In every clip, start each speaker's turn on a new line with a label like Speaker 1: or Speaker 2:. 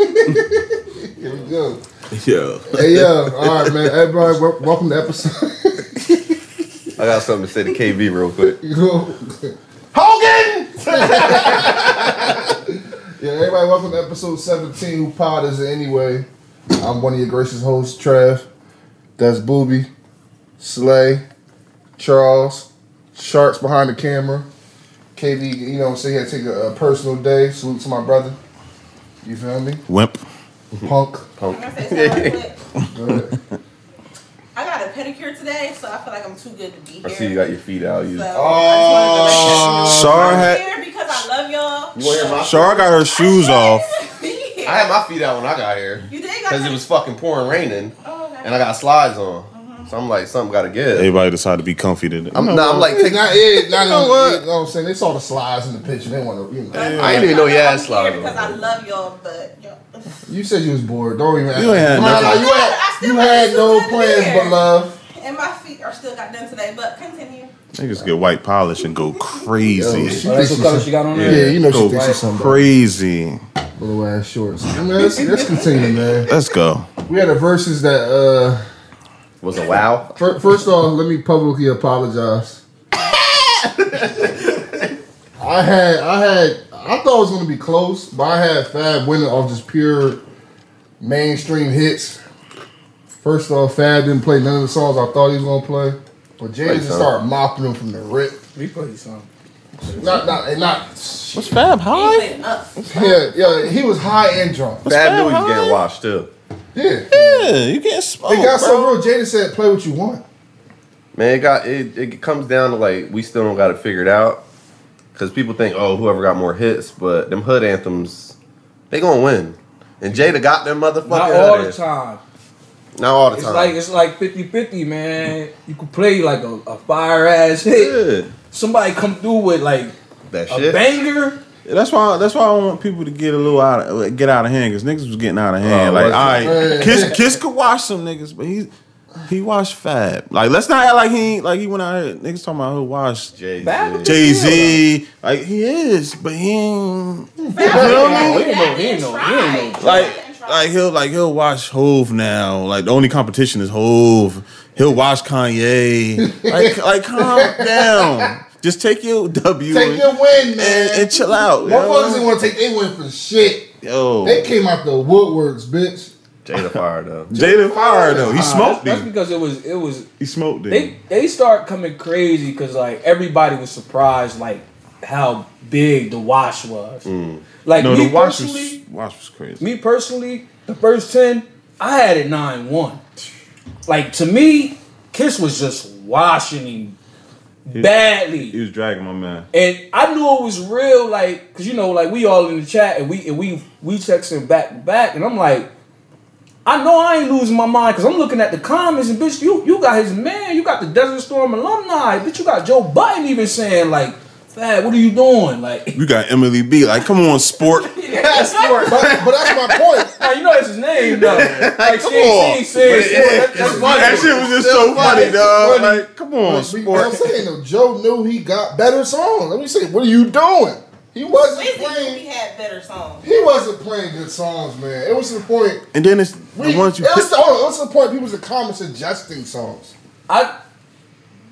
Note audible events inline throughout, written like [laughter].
Speaker 1: Here we go.
Speaker 2: Yo,
Speaker 1: Hey, yo. All right, man. Everybody, wel- welcome to episode. [laughs]
Speaker 3: I got something to say to KB real quick.
Speaker 1: You know?
Speaker 3: Hogan!
Speaker 1: [laughs] Yeah, everybody, welcome to episode 17. Who pod is it anyway? I'm one of your gracious hosts, Trev. That's Booby, Slay, Charles, Sharks behind the camera. KV, you know what I'm saying? He had to take a, a personal day. Salute to my brother. You feel me?
Speaker 2: wimp.
Speaker 1: Punk.
Speaker 4: I'm gonna say something real quick.
Speaker 1: Go ahead.
Speaker 4: I got a pedicure today, so I feel like I'm too good to be here.
Speaker 3: I see you got your feet out. You,
Speaker 4: So,
Speaker 3: you
Speaker 4: I [laughs] just
Speaker 2: Shar
Speaker 4: wanted to let you know.
Speaker 2: had
Speaker 4: I'm here because I love y'all.
Speaker 3: want to
Speaker 4: [laughs]
Speaker 3: hear my
Speaker 2: Shar got her shoes off.
Speaker 3: I had my feet out when I got here.
Speaker 4: You did got
Speaker 3: Because it was fucking pouring raining.
Speaker 4: Oh, okay.
Speaker 3: And I got slides on. So I'm like, something got to give.
Speaker 2: Everybody decided to be comfy today.
Speaker 3: I'm, nah, I'm like,
Speaker 1: It's
Speaker 3: [laughs] take,
Speaker 1: not, yeah, not,
Speaker 3: know what?
Speaker 1: You know what I'm saying? They saw the slides in the picture. They want to, you know.
Speaker 3: I ain't even know you
Speaker 4: I'm
Speaker 3: had
Speaker 4: here
Speaker 3: slides
Speaker 4: Because
Speaker 3: on.
Speaker 4: I love y'all, but y'all.
Speaker 1: You said you was bored. Don't even ask.
Speaker 2: You ain't had
Speaker 1: Come on,
Speaker 2: nothing.
Speaker 1: now, you
Speaker 4: I
Speaker 1: had,
Speaker 4: still
Speaker 1: you
Speaker 4: had
Speaker 1: had no
Speaker 4: something
Speaker 1: plans
Speaker 4: there.
Speaker 1: but uh, love.
Speaker 4: and my feet are still got done today. But continue.
Speaker 2: Niggas get white polish and go
Speaker 1: Yo,
Speaker 2: crazy.
Speaker 1: she
Speaker 5: Oh,
Speaker 1: thinks
Speaker 5: that's
Speaker 1: she's
Speaker 5: what color
Speaker 1: some-
Speaker 5: she got on
Speaker 1: yeah,
Speaker 5: there?
Speaker 1: you know she
Speaker 2: Go
Speaker 1: thinks she's somebody.
Speaker 2: crazy.
Speaker 1: Little ass shorts. Man, let's, let's continue, man.
Speaker 2: Let's go.
Speaker 1: We had a versus that. uh
Speaker 3: Was a wow.
Speaker 1: fir- First off, let me publicly apologize. I had, I had, I thought it was gonna be close, but I had Fab winning off just pure mainstream hits. First off, Fab didn't play none of the songs I thought he was gonna play, but Jay just
Speaker 3: some.
Speaker 1: started mopping him from the rip.
Speaker 5: We played some.
Speaker 1: Not, not, and not.
Speaker 2: What's Fab
Speaker 4: You
Speaker 2: high?
Speaker 4: played up.
Speaker 1: Yeah, yeah, he was high and drunk.
Speaker 3: Fab knew he was
Speaker 2: high?
Speaker 3: getting washed too.
Speaker 1: Yeah,
Speaker 2: Yeah, you getting smoked,
Speaker 1: it got so
Speaker 2: Oh, bro.
Speaker 1: real. Jada said, "Play what you want."
Speaker 3: Man, it got it, it comes down to like we still don't got it figured out. Cause people think, oh, whoever got more hits, but them hood anthems, they gonna win. And Jada got them motherfucking
Speaker 5: Not
Speaker 3: hood
Speaker 5: all the
Speaker 3: anthems.
Speaker 5: time.
Speaker 3: Not all the
Speaker 5: It's
Speaker 3: time.
Speaker 5: like it's like 50-50, man. You could play like a, a fire ass hit.
Speaker 2: Yeah,
Speaker 5: Somebody come through with like
Speaker 3: that
Speaker 5: a
Speaker 3: shit.
Speaker 5: banger. [laughs]
Speaker 2: that's why. That's why I want people to get a little out, of, get out of hand because niggas was getting out of hand.
Speaker 3: Oh,
Speaker 2: like, all
Speaker 3: was it?
Speaker 2: right, Kiss, Kiss could wash some niggas, but he, he washed Fab. Like, let's not act like he, ain't- like he went out here. Niggas talking about who washed
Speaker 3: Jay-Z.
Speaker 5: Fab was
Speaker 2: Jay Z. Like he is, but he ain't.
Speaker 5: Oh, he ain't no- he ain't no- he ain't no-
Speaker 2: Like like he'll like he'll watch Hove now. Like the only competition is Hove. He'll watch Kanye. Like like calm down. Just take your W
Speaker 1: Take
Speaker 2: and,
Speaker 1: your win,
Speaker 2: and,
Speaker 1: man.
Speaker 2: and chill out.
Speaker 1: Motherfuckers didn't
Speaker 2: Yo.
Speaker 1: want to take their win for shit.
Speaker 2: yo.
Speaker 1: They came out the woodworks, bitch.
Speaker 3: Jada fire though.
Speaker 2: Jada Fire though. He
Speaker 5: Nah,
Speaker 2: smoked
Speaker 5: that's, that's
Speaker 2: him.
Speaker 5: because it was it was
Speaker 2: He smoked him.
Speaker 5: they they start coming crazy because like everybody was surprised like how big the wash was.
Speaker 3: Mm.
Speaker 5: Like
Speaker 2: No,
Speaker 5: me
Speaker 2: the watch was
Speaker 5: personally,
Speaker 2: watch was crazy.
Speaker 5: me personally, the first ten, I had it nine one. Like to me, Kiss was just washing him badly.
Speaker 2: He was dragging my man.
Speaker 5: And I knew it was real, like, cause you know, like we all in the chat and we and we we texting back to back, and I'm like, I know I ain't losing my mind, cause I'm looking at the comments and bitch, you you got his man, you got the Desert Storm alumni, bitch, you got Joe Biden even saying like, Fad, what are you doing? Like, [laughs]
Speaker 2: You got Emily B. Like, come on, sport.
Speaker 1: But, but that's my point.
Speaker 5: now you know that's his name though. Like,
Speaker 2: Come
Speaker 5: she ain't-
Speaker 2: on.
Speaker 5: she ain't saying
Speaker 2: But it-
Speaker 5: shit. That- that's
Speaker 3: it's
Speaker 5: funny.
Speaker 2: That shit was just so funny, dog. Like, come [laughs] on,
Speaker 1: But you know what I'm
Speaker 2: sport.
Speaker 1: saying though, Joe knew he got better songs. Let me say, what are you doing? He wasn't
Speaker 4: Wizzy, he
Speaker 1: playing.
Speaker 4: had better songs.
Speaker 1: He wasn't playing good songs, man. It was to the point.
Speaker 2: And then it's
Speaker 1: We,
Speaker 2: the ones you
Speaker 1: it, was to, hold on, it was to the point. People was in the comments suggesting songs.
Speaker 5: I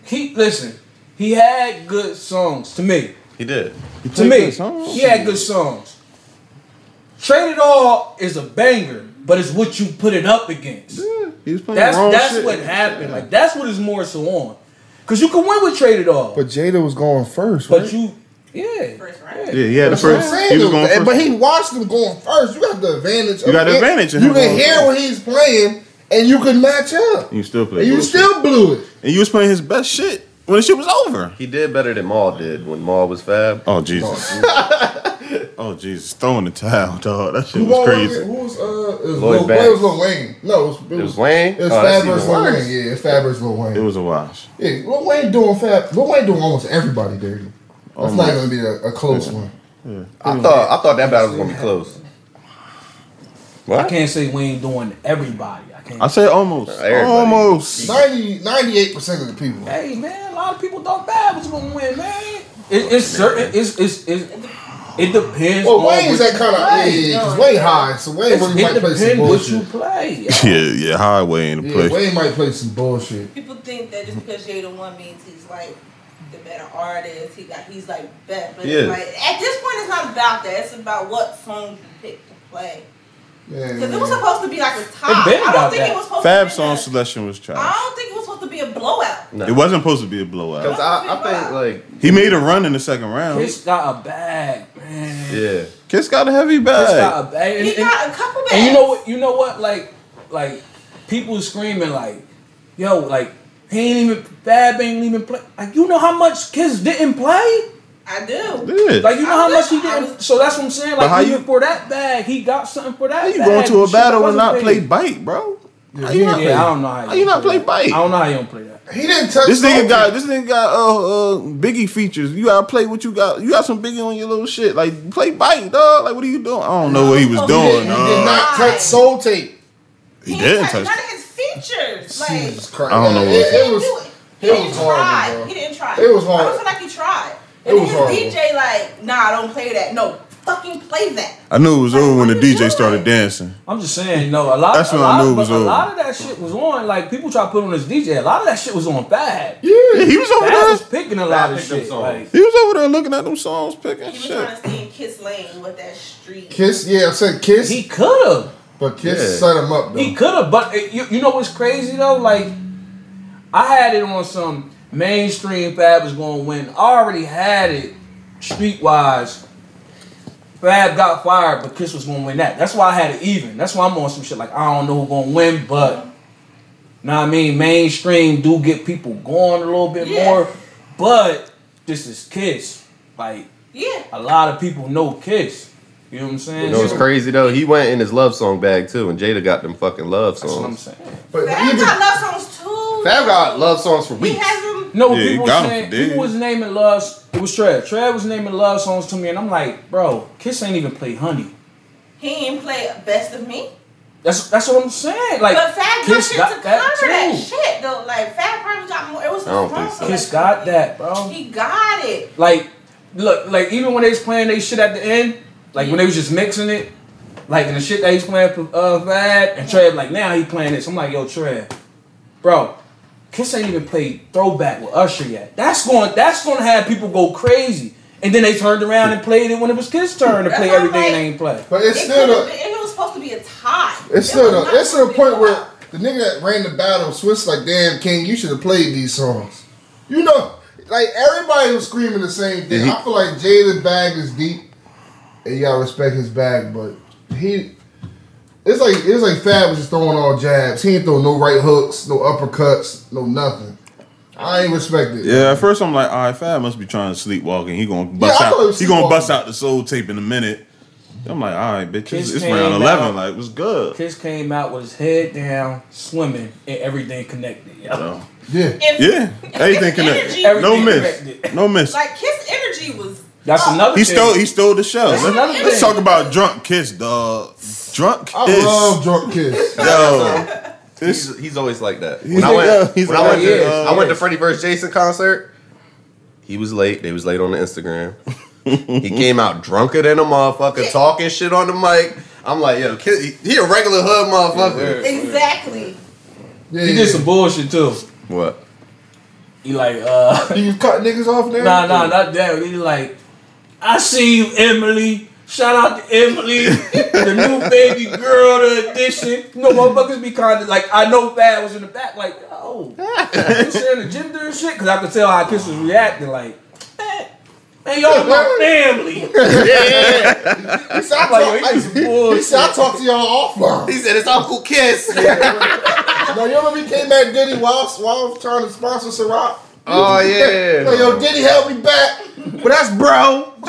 Speaker 5: he listen, he had good songs to me.
Speaker 3: He did.
Speaker 5: to me, he had good songs. Trade It All is a banger, but it's what you put it up against.
Speaker 2: He was playing
Speaker 5: That's
Speaker 2: wrong
Speaker 5: that's
Speaker 2: shit.
Speaker 5: what happened. Like that's what is more so on, because you can win with Trade It All, but,
Speaker 1: But Jada was going first, right?
Speaker 5: you, yeah,
Speaker 4: First round.
Speaker 2: Yeah, he had the
Speaker 1: That's what I'm
Speaker 2: first.
Speaker 1: saying,
Speaker 2: He was
Speaker 1: though.
Speaker 2: going first.
Speaker 1: But he watched him going first. You got the advantage.
Speaker 2: You got the advantage of
Speaker 1: You
Speaker 2: him
Speaker 1: can
Speaker 2: going
Speaker 1: hear
Speaker 2: first.
Speaker 1: what he's playing, and you can match up.
Speaker 2: you still
Speaker 1: And
Speaker 2: played.
Speaker 1: you
Speaker 2: bullshit.
Speaker 1: still blew it.
Speaker 2: and you was playing his best shit when the shit was over.
Speaker 3: He did better than Maul did when Maul was Fab.
Speaker 2: Oh Jesus! [laughs] oh Jesus! Throwing the towel, dog. That shit
Speaker 1: Who
Speaker 2: was
Speaker 1: won-
Speaker 2: crazy.
Speaker 1: Who was uh? It was
Speaker 3: Lloyd
Speaker 1: Lil, wait, it was
Speaker 3: Banks.
Speaker 1: Lil Wayne. No, it was,
Speaker 3: It was Wayne?
Speaker 1: It was
Speaker 3: Oh,
Speaker 1: Fab
Speaker 3: that's
Speaker 1: versus
Speaker 3: even
Speaker 1: Lil
Speaker 3: worse.
Speaker 1: Wayne. Yeah, it's Fab versus Lil Wayne.
Speaker 2: It was a wash.
Speaker 1: yeah, Lil Wayne doing Fab. Lil Wayne doing almost everybody dirty. That's not going to be a, a close one.
Speaker 3: I thought I thought that battle was gonna be close.
Speaker 5: I
Speaker 3: What?
Speaker 5: can't say we ain't doing everybody. I can't.
Speaker 2: I said almost,
Speaker 3: Everybody.
Speaker 2: almost.
Speaker 1: 90, 98% of the people.
Speaker 5: hey man, a lot of people thought Bad was gonna win, man. It, it's certain. It's it's it's. It depends.
Speaker 1: Well,
Speaker 5: on
Speaker 1: Wayne's
Speaker 5: what
Speaker 1: that kind of
Speaker 5: you
Speaker 1: yeah,
Speaker 5: play.
Speaker 1: yeah, because Wayne high, so Wayne really
Speaker 5: It's-
Speaker 1: might
Speaker 5: It
Speaker 1: play some
Speaker 5: depends what you
Speaker 1: bullshit.
Speaker 5: play.
Speaker 2: Yeah,
Speaker 5: y'all.
Speaker 2: [laughs] yeah, highway in the
Speaker 1: Yeah,
Speaker 2: place.
Speaker 1: Wayne might play some bullshit.
Speaker 4: People think that just because Jada won means he's like the better artist. He got he's like bet, but
Speaker 3: He
Speaker 4: it's
Speaker 3: is.
Speaker 4: like at this point it's not about that. It's about what song you pick to play. Because it was
Speaker 1: Yeah,
Speaker 4: supposed to be like a top.
Speaker 5: been
Speaker 4: I
Speaker 5: about
Speaker 4: don't think
Speaker 5: that.
Speaker 4: it was supposed
Speaker 2: Fab
Speaker 4: to be
Speaker 2: song
Speaker 4: that-
Speaker 2: selection was
Speaker 4: I
Speaker 2: trash.
Speaker 4: don't think it was supposed to be a blowout.
Speaker 2: It wasn't supposed to be a blowout.
Speaker 3: Because I, I think like
Speaker 2: He made a run in the second round.
Speaker 5: Kiss got a bag, man. Kiss
Speaker 3: yeah,
Speaker 2: Kiss got a heavy bag.
Speaker 5: got a bag. And,
Speaker 4: He
Speaker 5: and-
Speaker 4: got a couple bags.
Speaker 5: and you know what? You know what? Like, like people screaming like, "Yo, like he ain't even Fab ain't even play." Like, you know how much Kiss didn't play?
Speaker 4: I do.
Speaker 2: Yeah.
Speaker 5: Like, you know
Speaker 4: I
Speaker 5: how
Speaker 4: was-
Speaker 5: much he
Speaker 4: I
Speaker 5: didn't.
Speaker 4: was-
Speaker 5: So that's what I'm saying.
Speaker 2: But
Speaker 5: Like,
Speaker 2: how
Speaker 5: even
Speaker 2: you-
Speaker 5: for that bag, he got something for that.
Speaker 2: How you
Speaker 5: bag.
Speaker 2: going to a
Speaker 5: Shit
Speaker 2: battle and
Speaker 5: wasn't
Speaker 2: not play
Speaker 5: paid.
Speaker 2: bite, bro? How
Speaker 1: yeah,
Speaker 2: you not
Speaker 5: Yeah, I
Speaker 2: play?
Speaker 5: don't know how,
Speaker 2: How you not play
Speaker 5: that.
Speaker 2: Bite?
Speaker 5: I don't know how you don't play that.
Speaker 1: he didn't touch.
Speaker 2: This nigga
Speaker 1: Kobe.
Speaker 2: got this nigga got uh, uh Biggie features. You gotta play what you got. You got some Biggie on your little shit. Like play bite, dog. Like what are you doing? I don't know what he was
Speaker 1: He
Speaker 4: He
Speaker 1: did,
Speaker 2: doing.
Speaker 1: he
Speaker 2: dog.
Speaker 1: did not touch soul tape.
Speaker 2: He didn't
Speaker 4: touch
Speaker 2: touch.
Speaker 4: none of his features. Like
Speaker 1: Jesus Christ!
Speaker 2: I don't know
Speaker 1: It-
Speaker 2: what-
Speaker 1: it,
Speaker 4: he
Speaker 1: was.
Speaker 4: didn't do it. He
Speaker 1: it was
Speaker 4: didn't
Speaker 1: horrible,
Speaker 4: try.
Speaker 1: bro.
Speaker 4: He didn't try.
Speaker 1: It was
Speaker 4: I
Speaker 1: horrible.
Speaker 4: don't feel like he tried.
Speaker 1: It
Speaker 4: And
Speaker 1: was
Speaker 4: his
Speaker 1: horrible.
Speaker 4: DJ like, nah, don't play that. No, fucking play that.
Speaker 2: I knew it was
Speaker 4: Like,
Speaker 2: over when the
Speaker 4: what you
Speaker 2: DJ
Speaker 4: doing?
Speaker 2: started dancing.
Speaker 5: I'm just saying, no. A lot.
Speaker 2: That's
Speaker 5: a
Speaker 2: when I
Speaker 5: lot,
Speaker 2: knew it
Speaker 5: but
Speaker 2: was
Speaker 5: a
Speaker 2: over.
Speaker 5: lot of that shit was on. Like people try to put on this DJ. A lot of that shit was on Fab.
Speaker 1: Yeah,
Speaker 2: Yeah, he was over
Speaker 5: Fab was
Speaker 2: there.
Speaker 5: picking a lot of
Speaker 3: picked them
Speaker 5: shit.
Speaker 3: songs.
Speaker 5: Like,
Speaker 2: He was over there looking at them songs, picking
Speaker 4: He was
Speaker 2: shit.
Speaker 4: trying to stay in Kiss Lane with that street.
Speaker 1: Kiss. Yeah, I said Kiss,
Speaker 5: he could have.
Speaker 1: but Kiss
Speaker 3: Yeah.
Speaker 1: set him up though.
Speaker 5: He could have, but it, you, you know what's crazy though? Like, I had it on some mainstream Fab was going to win. I already had it streetwise. Fab got fired, but Kiss was going to win that. That's why I had it even. That's why I'm on some shit like I don't know who's going to win, but know what I mean mainstream do get people going a little bit
Speaker 4: Yeah.
Speaker 5: more. But this is Kiss. Like
Speaker 4: Yeah.
Speaker 1: Uh,
Speaker 5: a lot of people know Kiss. You know what I'm saying?
Speaker 3: you know what's crazy though? He went in his love song bag too, and Jada got them fucking love
Speaker 5: That's what I'm
Speaker 3: songs.
Speaker 5: saying.
Speaker 1: but
Speaker 4: Fab
Speaker 1: even
Speaker 4: got love songs too.
Speaker 3: Fab got love songs for
Speaker 4: He
Speaker 3: weeks.
Speaker 4: has them.
Speaker 5: No,
Speaker 2: Yeah,
Speaker 5: people,
Speaker 2: he got
Speaker 5: was
Speaker 2: 'em
Speaker 5: saying,
Speaker 2: for days.
Speaker 5: people was naming love. It was Trev. Trev was naming love songs to me, and I'm like, bro, Kiss ain't even play Honey.
Speaker 4: He ain't play Best of Me.
Speaker 5: That's that's what I'm saying. Like,
Speaker 4: but Fab got
Speaker 5: Kiss
Speaker 4: shit
Speaker 5: got
Speaker 4: to cover
Speaker 5: that
Speaker 4: that,
Speaker 5: too.
Speaker 4: shit though. Like Fab probably got more. It was
Speaker 3: I don't
Speaker 4: wrong
Speaker 3: think so.
Speaker 4: for
Speaker 5: Kiss got that, bro.
Speaker 4: He got it.
Speaker 5: Like, look, like even when they was playing they shit at the end, like when they was just mixing it, like and the shit that he's playing for uh, Fab and Trev, like now he playing this. I'm like, yo, Trev, bro, Kiss ain't even played throwback with Usher yet. That's going, that's going to have people go crazy. And then they turned around and played it when it was Kiss' turn to play
Speaker 4: That's
Speaker 5: everything
Speaker 4: alright.
Speaker 5: they ain't play.
Speaker 1: but it's
Speaker 4: it
Speaker 1: still
Speaker 4: could've
Speaker 1: a,
Speaker 4: been- it was supposed to be a tie.
Speaker 1: it's
Speaker 4: It
Speaker 1: still
Speaker 4: was
Speaker 1: a,
Speaker 4: not
Speaker 1: it's to
Speaker 4: supposed
Speaker 1: the
Speaker 4: be a
Speaker 1: point where
Speaker 4: blowout.
Speaker 1: the nigga that ran the battle, Swiss, like damn King, you should have played these songs. You know, like everybody was screaming the same thing.
Speaker 2: he-
Speaker 1: I feel like Jada's bag is deep, and you gotta respect his bag, but he. It's like it's like Fab was just throwing all jabs. He ain't throw no right hooks, no uppercuts, no nothing. I ain't respect it.
Speaker 2: Yeah, at first I'm like, all right, Fab must be trying to sleepwalking. He gonna bust
Speaker 1: Yeah, I thought he
Speaker 2: out.
Speaker 1: was
Speaker 2: He gonna bust
Speaker 1: sleepwalking.
Speaker 2: out the soul tape in a minute. I'm like, all right, bitch, it's,
Speaker 5: Kiss
Speaker 2: it's
Speaker 5: came
Speaker 2: round eleven.
Speaker 5: out.
Speaker 2: Like, what's good?
Speaker 5: Kiss came out with his head down, swimming, and everything connected. yo.
Speaker 2: So,
Speaker 1: Yeah.
Speaker 4: If-
Speaker 2: yeah, everything connected.
Speaker 4: energy-
Speaker 2: No
Speaker 5: Everything
Speaker 2: miss.
Speaker 5: connected.
Speaker 2: No miss.
Speaker 4: Like Kiss energy was.
Speaker 5: That's
Speaker 4: up.
Speaker 5: another
Speaker 2: He
Speaker 5: thing.
Speaker 2: stole. He stole the show.
Speaker 5: That's
Speaker 2: Let-
Speaker 5: another
Speaker 2: Let's
Speaker 5: thing.
Speaker 2: talk about drunk kiss, dog. Drunk
Speaker 1: I
Speaker 2: kiss.
Speaker 1: love drunk kiss.
Speaker 2: Yo, this.
Speaker 3: He's, he's always like that.
Speaker 2: He's
Speaker 3: When I
Speaker 2: like
Speaker 3: went,
Speaker 2: that. He's
Speaker 3: when
Speaker 2: like
Speaker 3: I went,
Speaker 5: that.
Speaker 3: to,
Speaker 5: He is.
Speaker 3: I went
Speaker 5: He
Speaker 3: to
Speaker 5: is.
Speaker 3: Freddie vs. Jason concert. He was late. They was late on the [laughs] Instagram. he came out drunker than a motherfucker, talking shit on the mic. I'm like, yo, kid, he, he a regular hood motherfucker.
Speaker 4: Exactly.
Speaker 1: Yeah,
Speaker 5: He
Speaker 1: yeah.
Speaker 5: did some bullshit too.
Speaker 3: What?
Speaker 5: He like, uh, [laughs]
Speaker 1: He was cutting niggas off now.
Speaker 5: nah, nah, not that. He like, I see you, Emily. Shout out to Emily, the new baby girl, the addition. You know, motherfuckers be kind of like, I know Fab was in the back, like, oh, you sharing the gender and shit, because I could tell how Kiss was reacting, like, man, man y'all my family.
Speaker 1: He said, I
Speaker 5: I'm
Speaker 1: talk- [laughs]
Speaker 5: like, yo, he was
Speaker 1: I- he said, I
Speaker 5: bullshit.
Speaker 1: talk to y'all offline.
Speaker 3: He said it's Uncle [laughs] Kiss.
Speaker 1: [laughs] No, you remember he came back Diddy while, while I was trying to sponsor Ciroc?
Speaker 3: oh
Speaker 1: Like, yo,
Speaker 3: yeah.
Speaker 1: Diddy help me back.
Speaker 3: But that's bro.
Speaker 1: [laughs]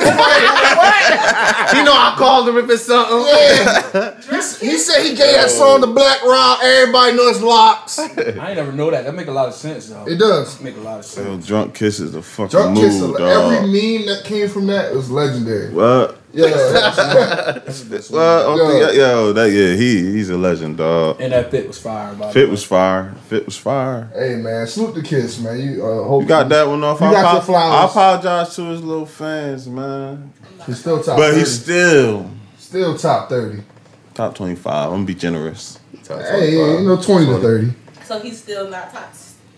Speaker 3: you know I called him if it's something.
Speaker 1: Yeah. He s- he, said he gave that song to Black Rob. Everybody knows locks. It
Speaker 5: I ain't never know that. That make a lot of sense though.
Speaker 1: does.
Speaker 5: make a lot of sense.
Speaker 2: Yo, drunk kiss is a fucking
Speaker 1: Drunk Kiss,
Speaker 2: move,
Speaker 1: every
Speaker 2: dog.
Speaker 1: meme that came from that was legendary.
Speaker 2: What?
Speaker 1: Yeah.
Speaker 2: Well,
Speaker 1: Yo.
Speaker 2: okay, yo, that yeah, he he's a legend, dog.
Speaker 5: And that fit was fire. By
Speaker 2: Fit
Speaker 5: the
Speaker 2: was fire. Fit was fire.
Speaker 1: [laughs] hey man, salute the kiss, man. You uh, hope
Speaker 2: You got that one off.
Speaker 1: You
Speaker 2: I,
Speaker 1: got
Speaker 2: apo-
Speaker 1: your flowers.
Speaker 2: I apologize to his little fans, man.
Speaker 1: He's still top.
Speaker 2: But
Speaker 1: 30.
Speaker 2: he's still
Speaker 1: still top thirty.
Speaker 2: top twenty five. I'm gonna be generous.
Speaker 1: Hey, you know twenty to thirty.
Speaker 4: So he's still not top